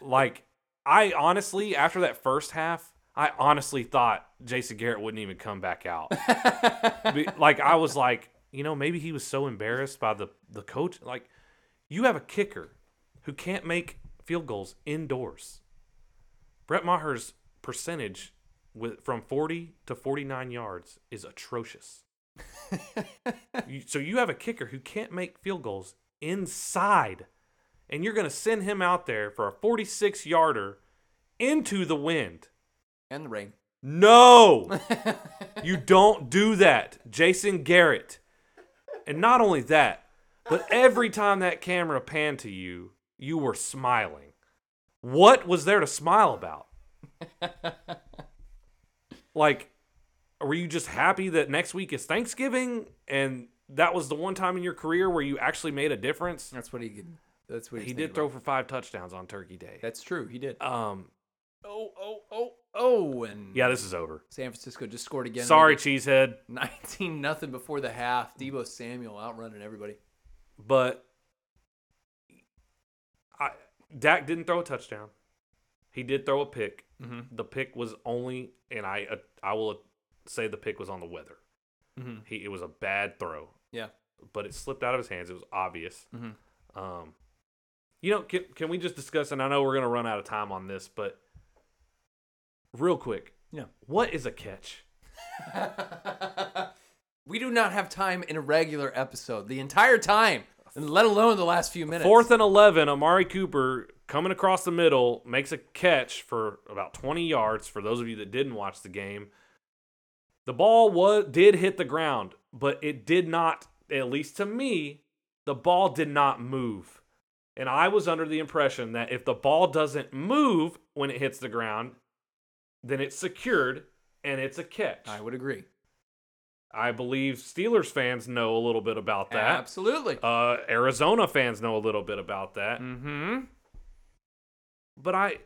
Speaker 2: like, I honestly, after that first half, I honestly thought Jason Garrett wouldn't even come back out. Be- like, I was like, you know, maybe he was so embarrassed by the the coach. Like, you have a kicker who can't make field goals indoors. Brett Maher's percentage with from 40 to 49 yards is atrocious. You- so you have a kicker who can't make field goals inside, and you're going to send him out there for a 46 yarder into the wind.
Speaker 1: And the rain.
Speaker 2: No, you don't do that, Jason Garrett. And not only that, but every time that camera panned to you, you were smiling. What was there to smile about? like, were you just happy that next week is Thanksgiving and that was the one time in your career where you actually made a difference?
Speaker 1: That's what he did. That's what
Speaker 2: He did throw for five touchdowns on Turkey Day.
Speaker 1: That's true. He did.
Speaker 2: Um,
Speaker 1: Oh oh oh oh! And
Speaker 2: yeah, this is over.
Speaker 1: San Francisco just scored again.
Speaker 2: Sorry, cheesehead.
Speaker 1: 19 nothing before the half. Debo Samuel outrunning everybody.
Speaker 2: but I, Dak didn't throw a touchdown. He did throw a pick.
Speaker 1: Mhm.
Speaker 2: The pick was only, and I uh, I will say the pick was on the weather.
Speaker 1: Mhm.
Speaker 2: He it was a bad throw,
Speaker 1: Yeah.
Speaker 2: but it slipped out of his hands. It was obvious.
Speaker 1: Mhm.
Speaker 2: Um, you know, can can we just discuss? And I know we're gonna run out of time on this, but real quick,
Speaker 1: Yeah.
Speaker 2: what is a catch?
Speaker 1: we do not have time in a regular episode. The entire time, and let alone the last few minutes.
Speaker 2: Fourth and 11, Amari Cooper coming across the middle makes a catch for about 20 yards for those of you that didn't watch the game. The ball was did hit the ground, but it did not at least to me, the ball did not move. And I was under the impression that if the ball doesn't move when it hits the ground, then it's secured and it's a catch.
Speaker 1: I would agree.
Speaker 2: I believe Steelers fans know a little bit about that.
Speaker 1: Absolutely.
Speaker 2: Uh, Arizona fans know a little bit about that
Speaker 1: mm-hmm.
Speaker 2: but I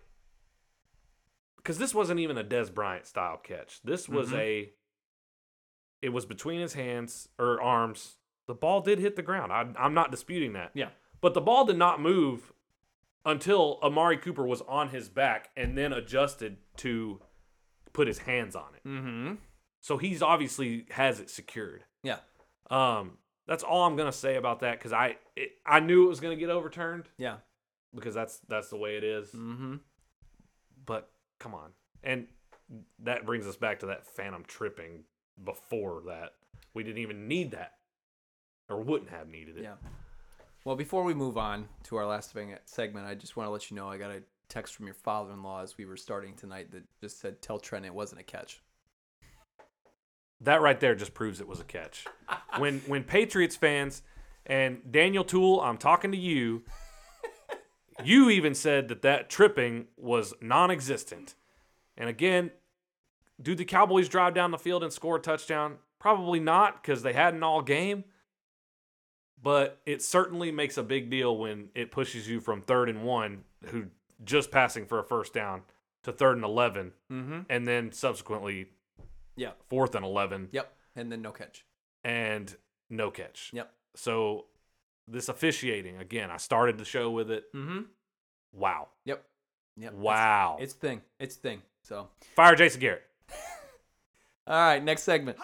Speaker 2: because this wasn't even a Des Bryant style catch. This was
Speaker 1: Mhm.
Speaker 2: a it was between his hands or arms. The ball did hit the ground. I, I'm not disputing that.
Speaker 1: Yeah.
Speaker 2: But the ball did not move until Amari Cooper was on his back and then adjusted to put his hands on it.
Speaker 1: Mm-hmm.
Speaker 2: So he's obviously has it secured.
Speaker 1: Yeah.
Speaker 2: Um, that's all I'm gonna say about that because I it, I knew it was gonna get overturned
Speaker 1: Yeah.
Speaker 2: because that's that's the way it is
Speaker 1: Mm-hmm.
Speaker 2: but come on. And that brings us back to that phantom tripping before that. We didn't even need that or wouldn't have needed it.
Speaker 1: Yeah. Well, before we move on to our last thing- segment, I just want to let you know I got a text from your father-in-law as we were starting tonight that just said, "Tell Trent it wasn't a catch."
Speaker 2: That right there just proves it was a catch. when when Patriots fans and Daniel Toole, I'm talking to you. You even said that that tripping was non-existent. And again, do the Cowboys drive down the field and score a touchdown? Probably not cuz they hadn't all game. But it certainly makes a big deal when it pushes you from 3rd and 1 who just passing for a first down to 3rd and 11
Speaker 1: Mm-hmm.
Speaker 2: and then subsequently
Speaker 1: Yeah.
Speaker 2: 4th and 11
Speaker 1: Yep. And then no catch.
Speaker 2: and no catch.
Speaker 1: Yep.
Speaker 2: So this officiating again, I started the show with it.
Speaker 1: Mm-hmm.
Speaker 2: Wow.
Speaker 1: Yep. Yep.
Speaker 2: Wow.
Speaker 1: It's, it's thing. It's thing. So,
Speaker 2: Fire Jason Garrett.
Speaker 1: all right. Next segment.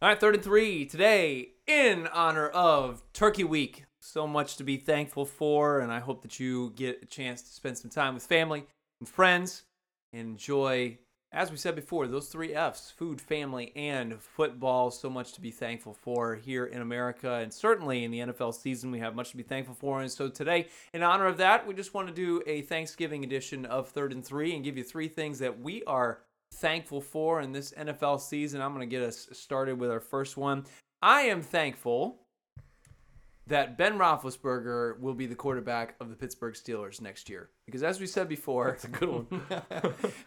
Speaker 1: All right, third and three today in honor of Turkey Week. So much to be thankful for, and I hope that you get a chance to spend some time with family and friends and enjoy, as we said before, those three F's food, family, and football. So much to be thankful for here in America, and certainly in the NFL season, we have much to be thankful for. And so today, in honor of that, we just want to do a Thanksgiving edition of Third and Three and give you three things that we are thankful for in this NFL season. I'm going to get us started with our first one. I am thankful that Ben Roethlisberger will be the quarterback of the Pittsburgh Steelers next year. Because as we said before,
Speaker 2: That's a good one.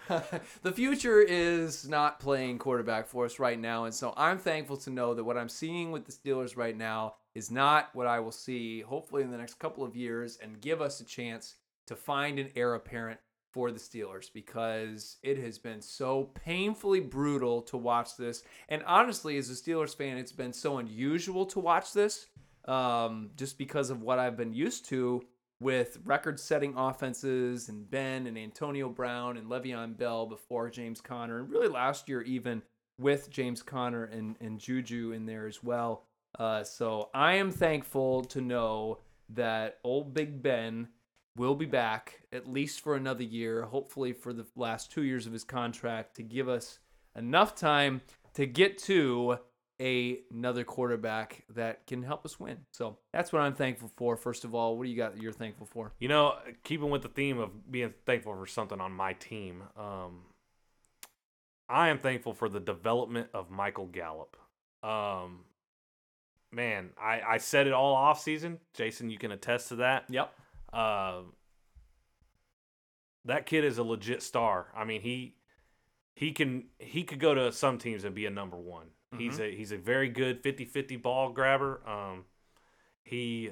Speaker 1: the future is not playing quarterback for us right now. And so I'm thankful to know that what I'm seeing with the Steelers right now is not what I will see, hopefully, in the next couple of years and give us a chance to find an heir apparent for the Steelers because it has been so painfully brutal to watch this. And honestly, as a Steelers fan, it's been so unusual to watch this um, just because of what I've been used to with record setting offenses and Ben and Antonio Brown and Le'Veon Bell before James Conner, and really last year even with James Conner and, and Juju in there as well. Uh, so I am thankful to know that old Big Ben will be back at least for another year, hopefully for the last two years of his contract to give us enough time to get to a- another quarterback that can help us win. So that's what I'm thankful for. First of all, what do you got that you're thankful for?
Speaker 2: You know, keeping with the theme of being thankful for something on my team, um, I am thankful for the development of Michael Gallup. Um, man, I, I said it all off season. Jason, you can attest to that.
Speaker 1: Yep.
Speaker 2: uh, that kid is a legit star. I mean, he he can he could go to some teams and be a number one. He's a he's a very good 50-50 ball grabber. Um, he,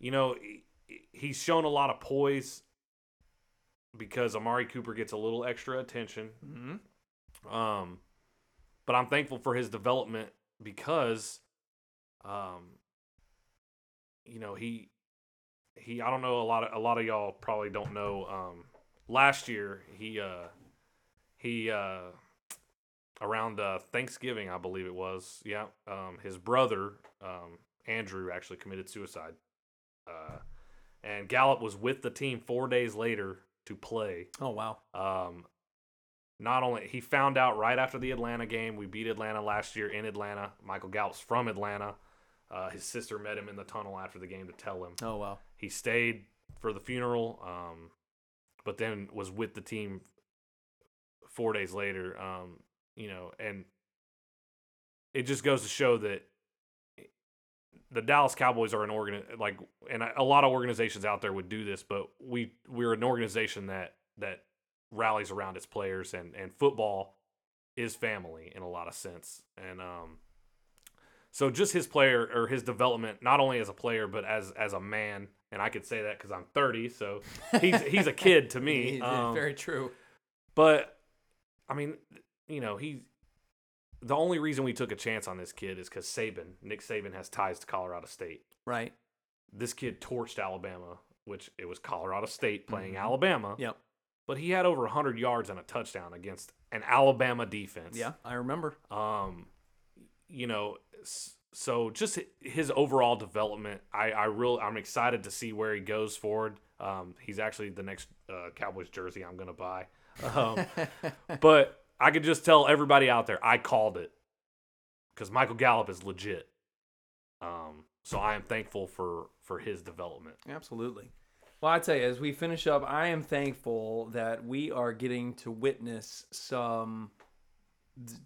Speaker 2: you know, he- he's shown a lot of poise because Amari Cooper gets a little extra attention.
Speaker 1: Mm-hmm.
Speaker 2: Um, but I'm thankful for his development because, um, you know he he I don't know a lot of a lot of y'all probably don't know. Um, last year he uh he uh around uh Thanksgiving I believe it was yeah um his brother um Andrew actually committed suicide. Uh, and Gallup was with the team four days later to play.
Speaker 1: Oh wow.
Speaker 2: Um, not only he found out right after the Atlanta game, we beat Atlanta last year in Atlanta. Michael Gallup's from Atlanta. Uh, his sister met him in the tunnel after the game to tell him.
Speaker 1: Oh wow.
Speaker 2: He stayed for the funeral, um, but then was with the team four days later. Um, you know, and it just goes to show that the Dallas Cowboys are an organ like, and a lot of organizations out there would do this, but we we're an organization that that rallies around its players, and and football is family in a lot of sense, and um. So just his player or his development, not only as a player but as as a man, and I could say that because I'm 30, so he's he's a kid to me. Um,
Speaker 1: Very true.
Speaker 2: but I mean, you know, he. The only reason we took a chance on this kid is because Saban, Nick Saban, has ties to Colorado State.
Speaker 1: Right.
Speaker 2: This kid torched Alabama, which it was Colorado State playing
Speaker 1: Mhm.
Speaker 2: Alabama.
Speaker 1: Yep.
Speaker 2: But he had over 100 yards and a touchdown against an Alabama defense.
Speaker 1: Yeah. I remember.
Speaker 2: Um, you know, s- so just hi- his overall development, I I real I'm excited to see where he goes forward. Um, he's actually the next uh, Cowboys jersey I'm gonna buy. Um, but I could just tell everybody out there, I called it because Michael Gallup is legit. Um, So I am thankful for for his development.
Speaker 1: Absolutely. Well, I tell you, as we finish up, I am thankful that we are getting to witness some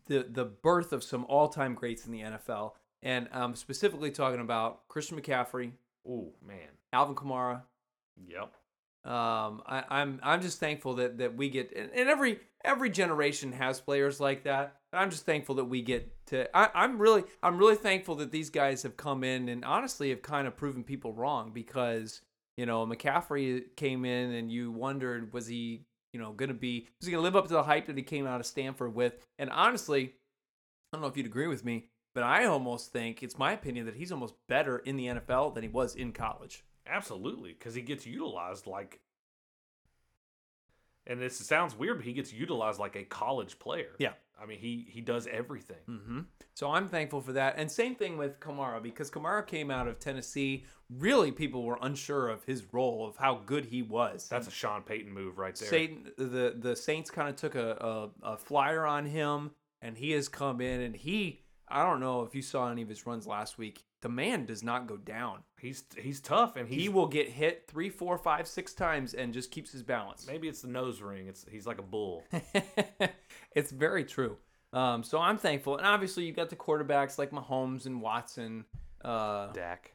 Speaker 1: the the birth of some all time greats in the NFL, and I'm specifically talking about Christian McCaffrey,
Speaker 2: Oh man,
Speaker 1: Alvin Kamara.
Speaker 2: yep.
Speaker 1: Um, I, I'm I'm just thankful that that we get, and, and every every generation has players like that. And I'm just thankful that we get to. I, I'm really I'm really thankful that these guys have come in and honestly have kind of proven people wrong because you know McCaffrey uh, came in and you wondered was he you know going to be was he going to live up to the hype that he came out of Stanford with? And honestly, I don't know if you'd agree with me, but I almost think it's my opinion that he's almost better in the NFL than he was in college.
Speaker 2: Absolutely, because he gets utilized like, and this sounds weird, but he gets utilized like a college player.
Speaker 1: Yeah.
Speaker 2: I mean he he does everything.
Speaker 1: hmm So I'm thankful for that. And same thing with Kamara because Kamara came out of Tennessee. Really, people were unsure of his role, of how good he was.
Speaker 2: That's a Sean Payton move right there.
Speaker 1: Satan, the the Saints kind of took a, a a flyer on him, and he has come in and he. I don't know if you saw any of his runs last week. The man does not go down.
Speaker 2: He's he's tough, and he's,
Speaker 1: He will get hit three, four, five, six times and just keeps his balance.
Speaker 2: maybe it's the nose ring. It's he's like a bull.
Speaker 1: it's very true. Um, so I'm thankful, and obviously you got the quarterbacks like Mahomes and Watson. Uh,
Speaker 2: Dak.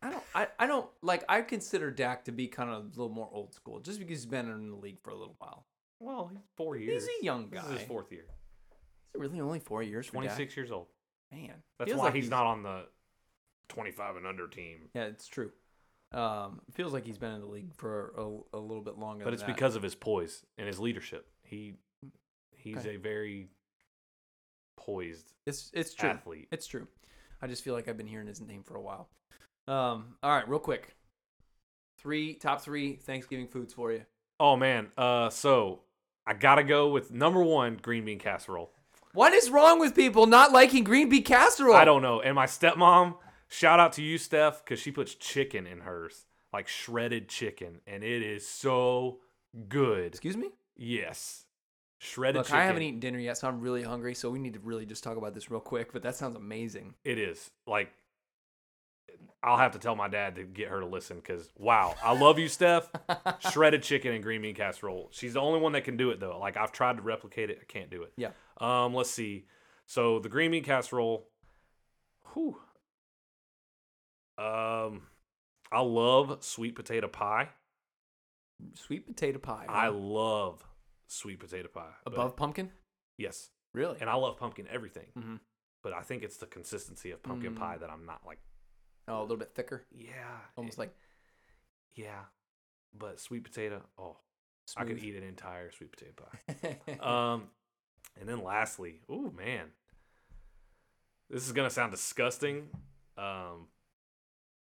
Speaker 1: I don't. I, I don't like. I consider Dak to be kind of a little more old school, just because he's been in the league for a little while.
Speaker 2: Well, he's four years.
Speaker 1: a young
Speaker 2: This is
Speaker 1: guy.
Speaker 2: his fourth year.
Speaker 1: It's really only four years. Twenty
Speaker 2: Twenty
Speaker 1: six.
Speaker 2: six years old.
Speaker 1: Man,
Speaker 2: That's
Speaker 1: Feels
Speaker 2: why
Speaker 1: like
Speaker 2: he's not on the twenty five and under team.
Speaker 1: Yeah, it's true. Um, feels like he's been in the league for a, a little bit longer.
Speaker 2: But
Speaker 1: than
Speaker 2: it's
Speaker 1: that.
Speaker 2: because of his poise and his leadership. He he's
Speaker 1: Okay.
Speaker 2: a very poised
Speaker 1: it's it's true.
Speaker 2: athlete.
Speaker 1: It's true. I just feel like I've been hearing his name for a while. Um, all right, real quick. Three top three Thanksgiving foods for you.
Speaker 2: Oh man. Uh so I gotta go with number one green bean casserole.
Speaker 1: What is wrong with people not liking green bean casserole?
Speaker 2: I don't know. And my stepmom, shout out to you, Steph, because she puts chicken in hers. Like shredded chicken. And it is so good.
Speaker 1: Excuse me.
Speaker 2: Yes. Shredded
Speaker 1: Look,
Speaker 2: chicken.
Speaker 1: I haven't eaten dinner yet, so I'm really hungry. So we need to really just talk about this real quick. But that sounds amazing.
Speaker 2: It is like I'll have to tell my dad to get her to listen because wow, I love you, Steph. Shredded chicken and green bean casserole. She's the only one that can do it though. Like I've tried to replicate it, I can't do it.
Speaker 1: Yeah.
Speaker 2: Um, let's see. So the green bean casserole. Whew. Um, I love sweet potato pie.
Speaker 1: Sweet potato pie.
Speaker 2: I
Speaker 1: huh?
Speaker 2: love sweet potato pie. but-
Speaker 1: Uh-huh. above pumpkin.
Speaker 2: yes,
Speaker 1: Really?
Speaker 2: and I love pumpkin everything.
Speaker 1: Mhm.
Speaker 2: But I think it's the consistency of pumpkin
Speaker 1: Mm.
Speaker 2: pie that I'm not like.
Speaker 1: Oh, a little bit thicker.
Speaker 2: Yeah,
Speaker 1: Almost
Speaker 2: it-
Speaker 1: like
Speaker 2: Yeah, but sweet potato. Oh, I could
Speaker 1: smooth.
Speaker 2: eat an entire sweet potato pie.
Speaker 1: uh,
Speaker 2: um, and then lastly, oh man, this is gonna sound disgusting. Um,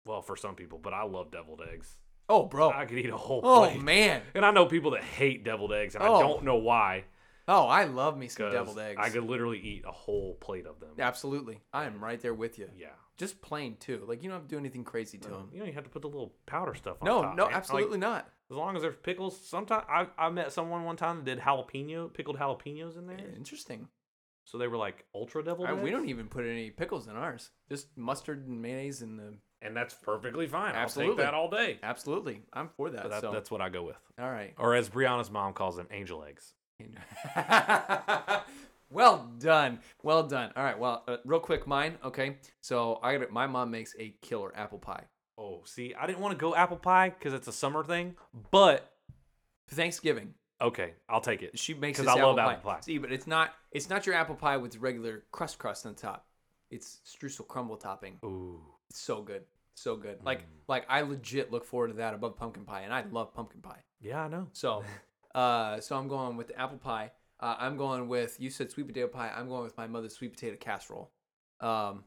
Speaker 2: well, for some people, but I love deviled eggs.
Speaker 1: oh, bro.
Speaker 2: I could eat a whole
Speaker 1: oh
Speaker 2: plate.
Speaker 1: man.
Speaker 2: And I know people that hate deviled eggs, and
Speaker 1: Oh.
Speaker 2: I don't know why.
Speaker 1: Oh, I love me some
Speaker 2: 'cause
Speaker 1: deviled eggs.
Speaker 2: I could literally eat a whole plate of them.
Speaker 1: Absolutely. I am right there with you.
Speaker 2: Yeah.
Speaker 1: Just plain too. Like you don't have to do anything crazy to them.
Speaker 2: You know, you have to put the little powder stuff on
Speaker 1: No,
Speaker 2: Uh, top,
Speaker 1: no,
Speaker 2: man. Like,
Speaker 1: absolutely not.
Speaker 2: As long as there's pickles, sometimes I, I met someone one time that did jalapeno pickled jalapenos in there.
Speaker 1: Interesting.
Speaker 2: So they were like ultra devil.
Speaker 1: I- we
Speaker 2: eggs?
Speaker 1: don't even put any pickles in ours. Just mustard and mayonnaise and the.
Speaker 2: and that's perfectly fine.
Speaker 1: Absolutely.
Speaker 2: I'll take that all day.
Speaker 1: Absolutely, I'm for that.
Speaker 2: But that,
Speaker 1: so
Speaker 2: that's what I go with,
Speaker 1: all right.
Speaker 2: or as Brianna's mom calls them, angel eggs.
Speaker 1: well done. Well done. All right. Well, uh, real quick, mine. Okay. So I got My mom makes a killer apple pie.
Speaker 2: Oh, see, I didn't want to go apple pie because it's a summer thing, but
Speaker 1: For Thanksgiving,
Speaker 2: okay, I'll take it.
Speaker 1: she makes
Speaker 2: 'Cause
Speaker 1: this
Speaker 2: I
Speaker 1: apple,
Speaker 2: love
Speaker 1: pie.
Speaker 2: apple pie.
Speaker 1: See, but it's not. It's not your apple pie with regular crust crust on top. It's streusel crumble topping.
Speaker 2: Ooh,
Speaker 1: It's so good. So good. Like
Speaker 2: Mm.
Speaker 1: like I legit look forward to that above pumpkin pie, and I love pumpkin pie.
Speaker 2: yeah, I know.
Speaker 1: So, uh, so I'm going with the apple pie. Uh, I'm going with you said sweet potato pie. I'm going with my mother's sweet potato casserole, um,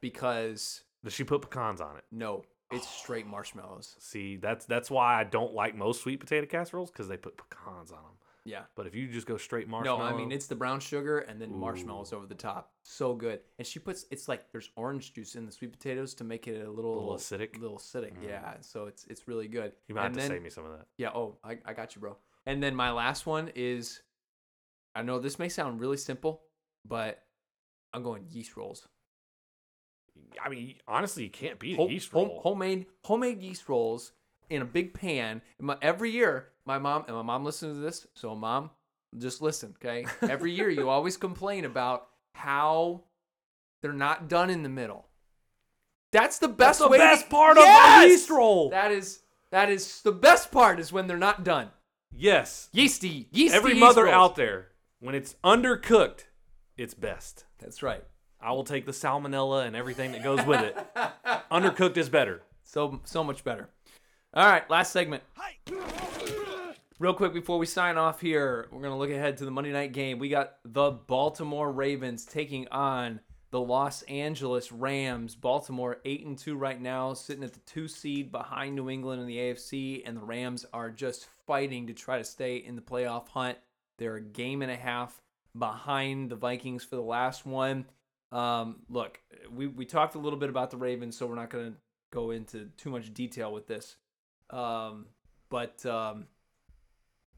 Speaker 1: because
Speaker 2: Does she put pecans on it?
Speaker 1: no, it's straight marshmallows.
Speaker 2: See, that's that's why I don't like most sweet potato casseroles because they put pecans on them.
Speaker 1: Yeah.
Speaker 2: But if you just go straight marshmallow,
Speaker 1: No, I mean it's the brown sugar and then marshmallows over the top. So good. And she puts it's like there's orange juice in the sweet potatoes to make it a little,
Speaker 2: Little acidic? Mm.
Speaker 1: Little acidic. Yeah. So it's it's really good.
Speaker 2: you might have
Speaker 1: And
Speaker 2: to
Speaker 1: then-
Speaker 2: save me some of that.
Speaker 1: Yeah. Oh, I, I got you, bro. And then my last one is I know this may sound really simple, but I'm going yeast rolls.
Speaker 2: I mean, honestly, you can't beat a
Speaker 1: Home-
Speaker 2: yeast
Speaker 1: home-
Speaker 2: roll.
Speaker 1: homemade homemade yeast rolls in a big pan. And my- every year, my mom and my mom listens to this. So, mom, just listen, okay? Every year, you always complain about how they're not done in the middle. That's the best
Speaker 2: That's the
Speaker 1: way. to-
Speaker 2: best part of
Speaker 1: Yes!
Speaker 2: a yeast roll.
Speaker 1: That is that is the best part is when they're not done.
Speaker 2: yes.
Speaker 1: Yeasty, yeasty.
Speaker 2: Every
Speaker 1: yeast
Speaker 2: mother
Speaker 1: rolls.
Speaker 2: out there, when it's undercooked, it's best.
Speaker 1: That's right.
Speaker 2: I will take the salmonella and everything that goes with it. undercooked is better.
Speaker 1: So so much better. All right, last segment. Real quick before we sign off here, we're gonna look ahead to the Monday night game. We got the Baltimore Ravens taking on the Los Angeles Rams. Baltimore eight and two right now, sitting at the two seed behind New England in the AFC, and the Rams are just fighting to try to stay in the playoff hunt. They're a game and a half behind the Vikings for the last one. Um, look, we, we talked a little bit about the Ravens, so we're not going to go into too much detail with this. Um, but um,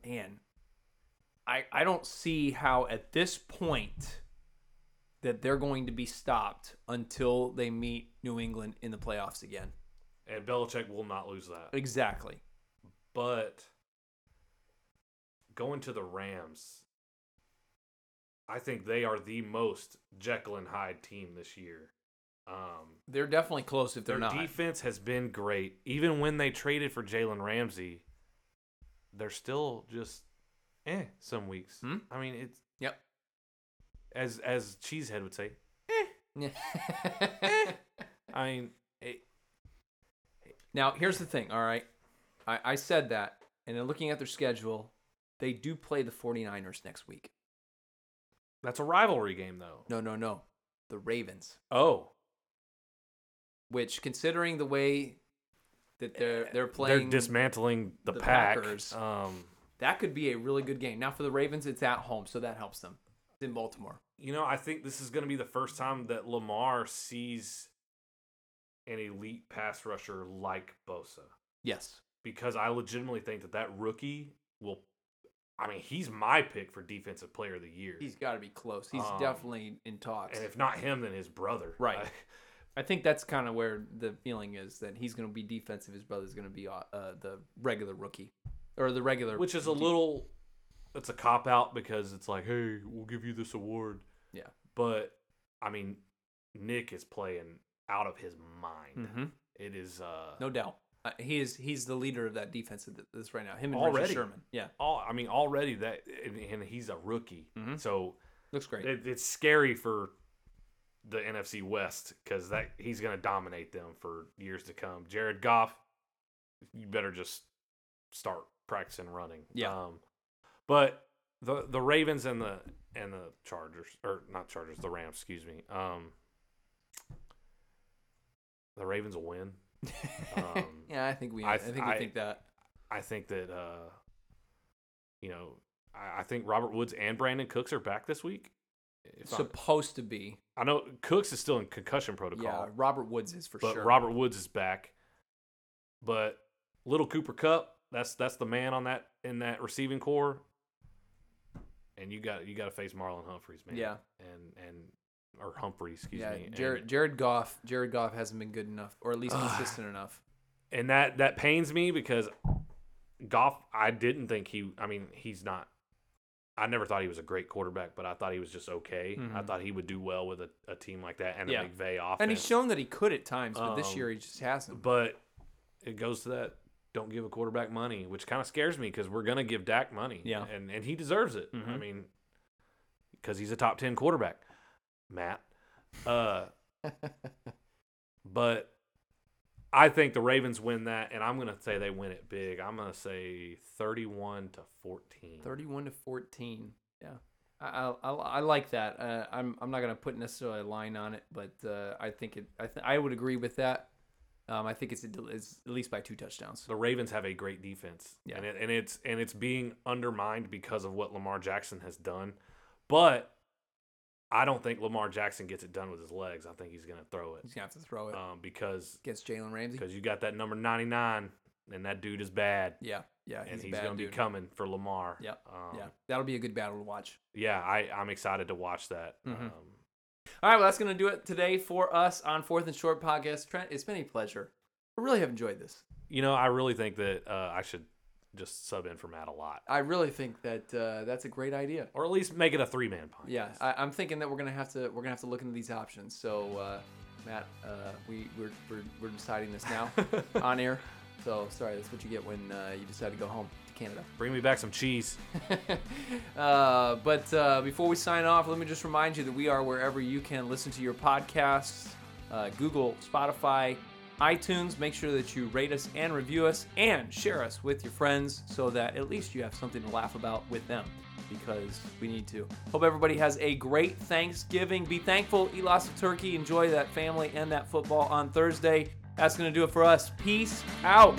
Speaker 1: man, I I don't see how at this point that they're going to be stopped until they meet New England in the playoffs again.
Speaker 2: And Belichick will not lose that.
Speaker 1: Exactly.
Speaker 2: But going to the Rams, I think they are the most Jekyll and Hyde team this year. Um,
Speaker 1: They're definitely close if they're
Speaker 2: Their
Speaker 1: not.
Speaker 2: defense has been great. Even when they traded for Jalen Ramsey, they're still just eh some weeks.
Speaker 1: Hmm?
Speaker 2: I mean, it's
Speaker 1: Yep.
Speaker 2: as as Cheesehead would say. I mean, it,
Speaker 1: Now, here's the thing, all right? I, I said that, and then looking at their schedule, they do play the 49ers next week.
Speaker 2: that's a rivalry game though.
Speaker 1: No, no, no. The Ravens,
Speaker 2: Oh,
Speaker 1: which, considering the way that they're, they're playing,
Speaker 2: Eh, they're dismantling the,
Speaker 1: the
Speaker 2: pack.
Speaker 1: Packers.
Speaker 2: Um,
Speaker 1: that could be a really good game. Now, for the Ravens, it's at home, so that helps them. It's in Baltimore.
Speaker 2: you know, I think this is going to be the first time that Lamar sees an elite pass rusher like Bosa.
Speaker 1: Yes.
Speaker 2: because I legitimately think that that rookie will. I mean, he's my pick for defensive player of the year,
Speaker 1: He's got to be close. He's
Speaker 2: Um,
Speaker 1: definitely in talks.
Speaker 2: and if not him, then his brother. Uh,
Speaker 1: Right. I think that's kind of where the feeling is that he's going to be defensive. His brother's going to be uh, uh, the regular rookie or the regular.
Speaker 2: which is a little. It's a cop out because it's like, hey, we'll give you this award.
Speaker 1: Yeah.
Speaker 2: But I mean, Nick is playing out of his mind.
Speaker 1: Mhm.
Speaker 2: It is. uh
Speaker 1: No doubt. Uh, he is he's the leader of that defense at th- this right now. Him and Richard
Speaker 2: Already?
Speaker 1: Sherman. Yeah.
Speaker 2: All, I mean, already that, and, and he's a rookie,
Speaker 1: Mm-hmm.
Speaker 2: so
Speaker 1: Looks great.
Speaker 2: it, it's scary for the NFC West because that he's going to dominate them for years to come. Jared Goff, you better just start practicing running.
Speaker 1: Yeah.
Speaker 2: Um, but the the Ravens and the and the Chargers or not Chargers, the Rams, excuse me. Um, the Ravens will win. um,
Speaker 1: yeah, I think we I,
Speaker 2: I-
Speaker 1: think we
Speaker 2: I-
Speaker 1: think that.
Speaker 2: I think that uh, you know, I, I think Robert Woods and Brandon Cooks are back this week. If I'm-
Speaker 1: supposed to be.
Speaker 2: I know Cooks is still in concussion
Speaker 1: Yeah,
Speaker 2: protocol,
Speaker 1: Robert Woods is for
Speaker 2: but
Speaker 1: sure.
Speaker 2: Robert Woods is back. But little Cooper Cup, that's that's the man on that in that receiving core. And you got you got to face Marlon Humphreys, man.
Speaker 1: Yeah.
Speaker 2: and and or Humphreys, excuse
Speaker 1: yeah,
Speaker 2: me. And-
Speaker 1: Jared Jared Goff. Jared Goff hasn't been good enough, or at least
Speaker 2: Ugh.
Speaker 1: consistent enough.
Speaker 2: and that that pains me because Goff, I didn't think he. I mean, he's not. I never thought he was a great quarterback, but I thought he was just okay. I
Speaker 1: Mhm.
Speaker 2: thought he would do well with a, a team like that and
Speaker 1: Yeah.
Speaker 2: a McVay offense.
Speaker 1: And he's shown that he could at times, but this
Speaker 2: Um,
Speaker 1: year he just hasn't.
Speaker 2: But it goes to that don't give a quarterback money, which kind of scares me because we're going to give Dak money.
Speaker 1: Yeah.
Speaker 2: And, and he deserves it. I
Speaker 1: Mhm.
Speaker 2: mean, because he's a top 10 quarterback, Matt. Uh, but I think the Ravens win that, and I'm going to say they win it big. I'm going to say 31 to 14.
Speaker 1: Thirty-one to fourteen. Yeah, I I, I, I like that. Uh, I'm I'm not gonna put necessarily a line on it, but uh, I think it. I th- I would agree with that. Um, I think it's, a, del- it's at least by two touchdowns.
Speaker 2: The Ravens have a great defense,
Speaker 1: Yeah.
Speaker 2: and, it, and it's and it's being undermined because of what Lamar Jackson has done. But I don't think Lamar Jackson gets it done with his legs. I think he's going to throw it
Speaker 1: He's gonna have to throw it
Speaker 2: um, because
Speaker 1: against Jalen Ramsey.
Speaker 2: because you got that number ninety nine, and that dude is bad,
Speaker 1: Yeah, yeah,
Speaker 2: and
Speaker 1: a
Speaker 2: he's
Speaker 1: bad
Speaker 2: going to be
Speaker 1: dude.
Speaker 2: coming for Lamar.
Speaker 1: Yep,
Speaker 2: Um,
Speaker 1: yeah, that'll be a good battle to watch.
Speaker 2: yeah, I, I'm excited to watch that.
Speaker 1: Mhm.
Speaker 2: Um,
Speaker 1: All right, well, that's going to do it today for us on Fourth and Short Podcast. Trent, it's been a pleasure. I really have enjoyed this.
Speaker 2: You know, I really think that uh, I should just sub in for Matt a lot,
Speaker 1: I really think that uh, that's a great idea.
Speaker 2: or at least make it a three man podcast.
Speaker 1: Yeah, I, I'm thinking that we're gonna have to we're gonna have to look into these options. So, uh, Matt, uh, we we're, we're, we're deciding this now on air. So sorry, that's what you get when uh, you decide to go home to Canada.
Speaker 2: Bring me back some cheese.
Speaker 1: Uh, but uh, before we sign off, let me just remind you that we are wherever you can listen to your podcasts uh, Google, Spotify, iTunes. Make sure that you rate us and review us and share us with your friends so that at least you have something to laugh about with them because we need to. Hope everybody has a great Thanksgiving. Be thankful, eat lots of turkey, enjoy that family and that football on Thursday. That's going to do it for us. Peace out.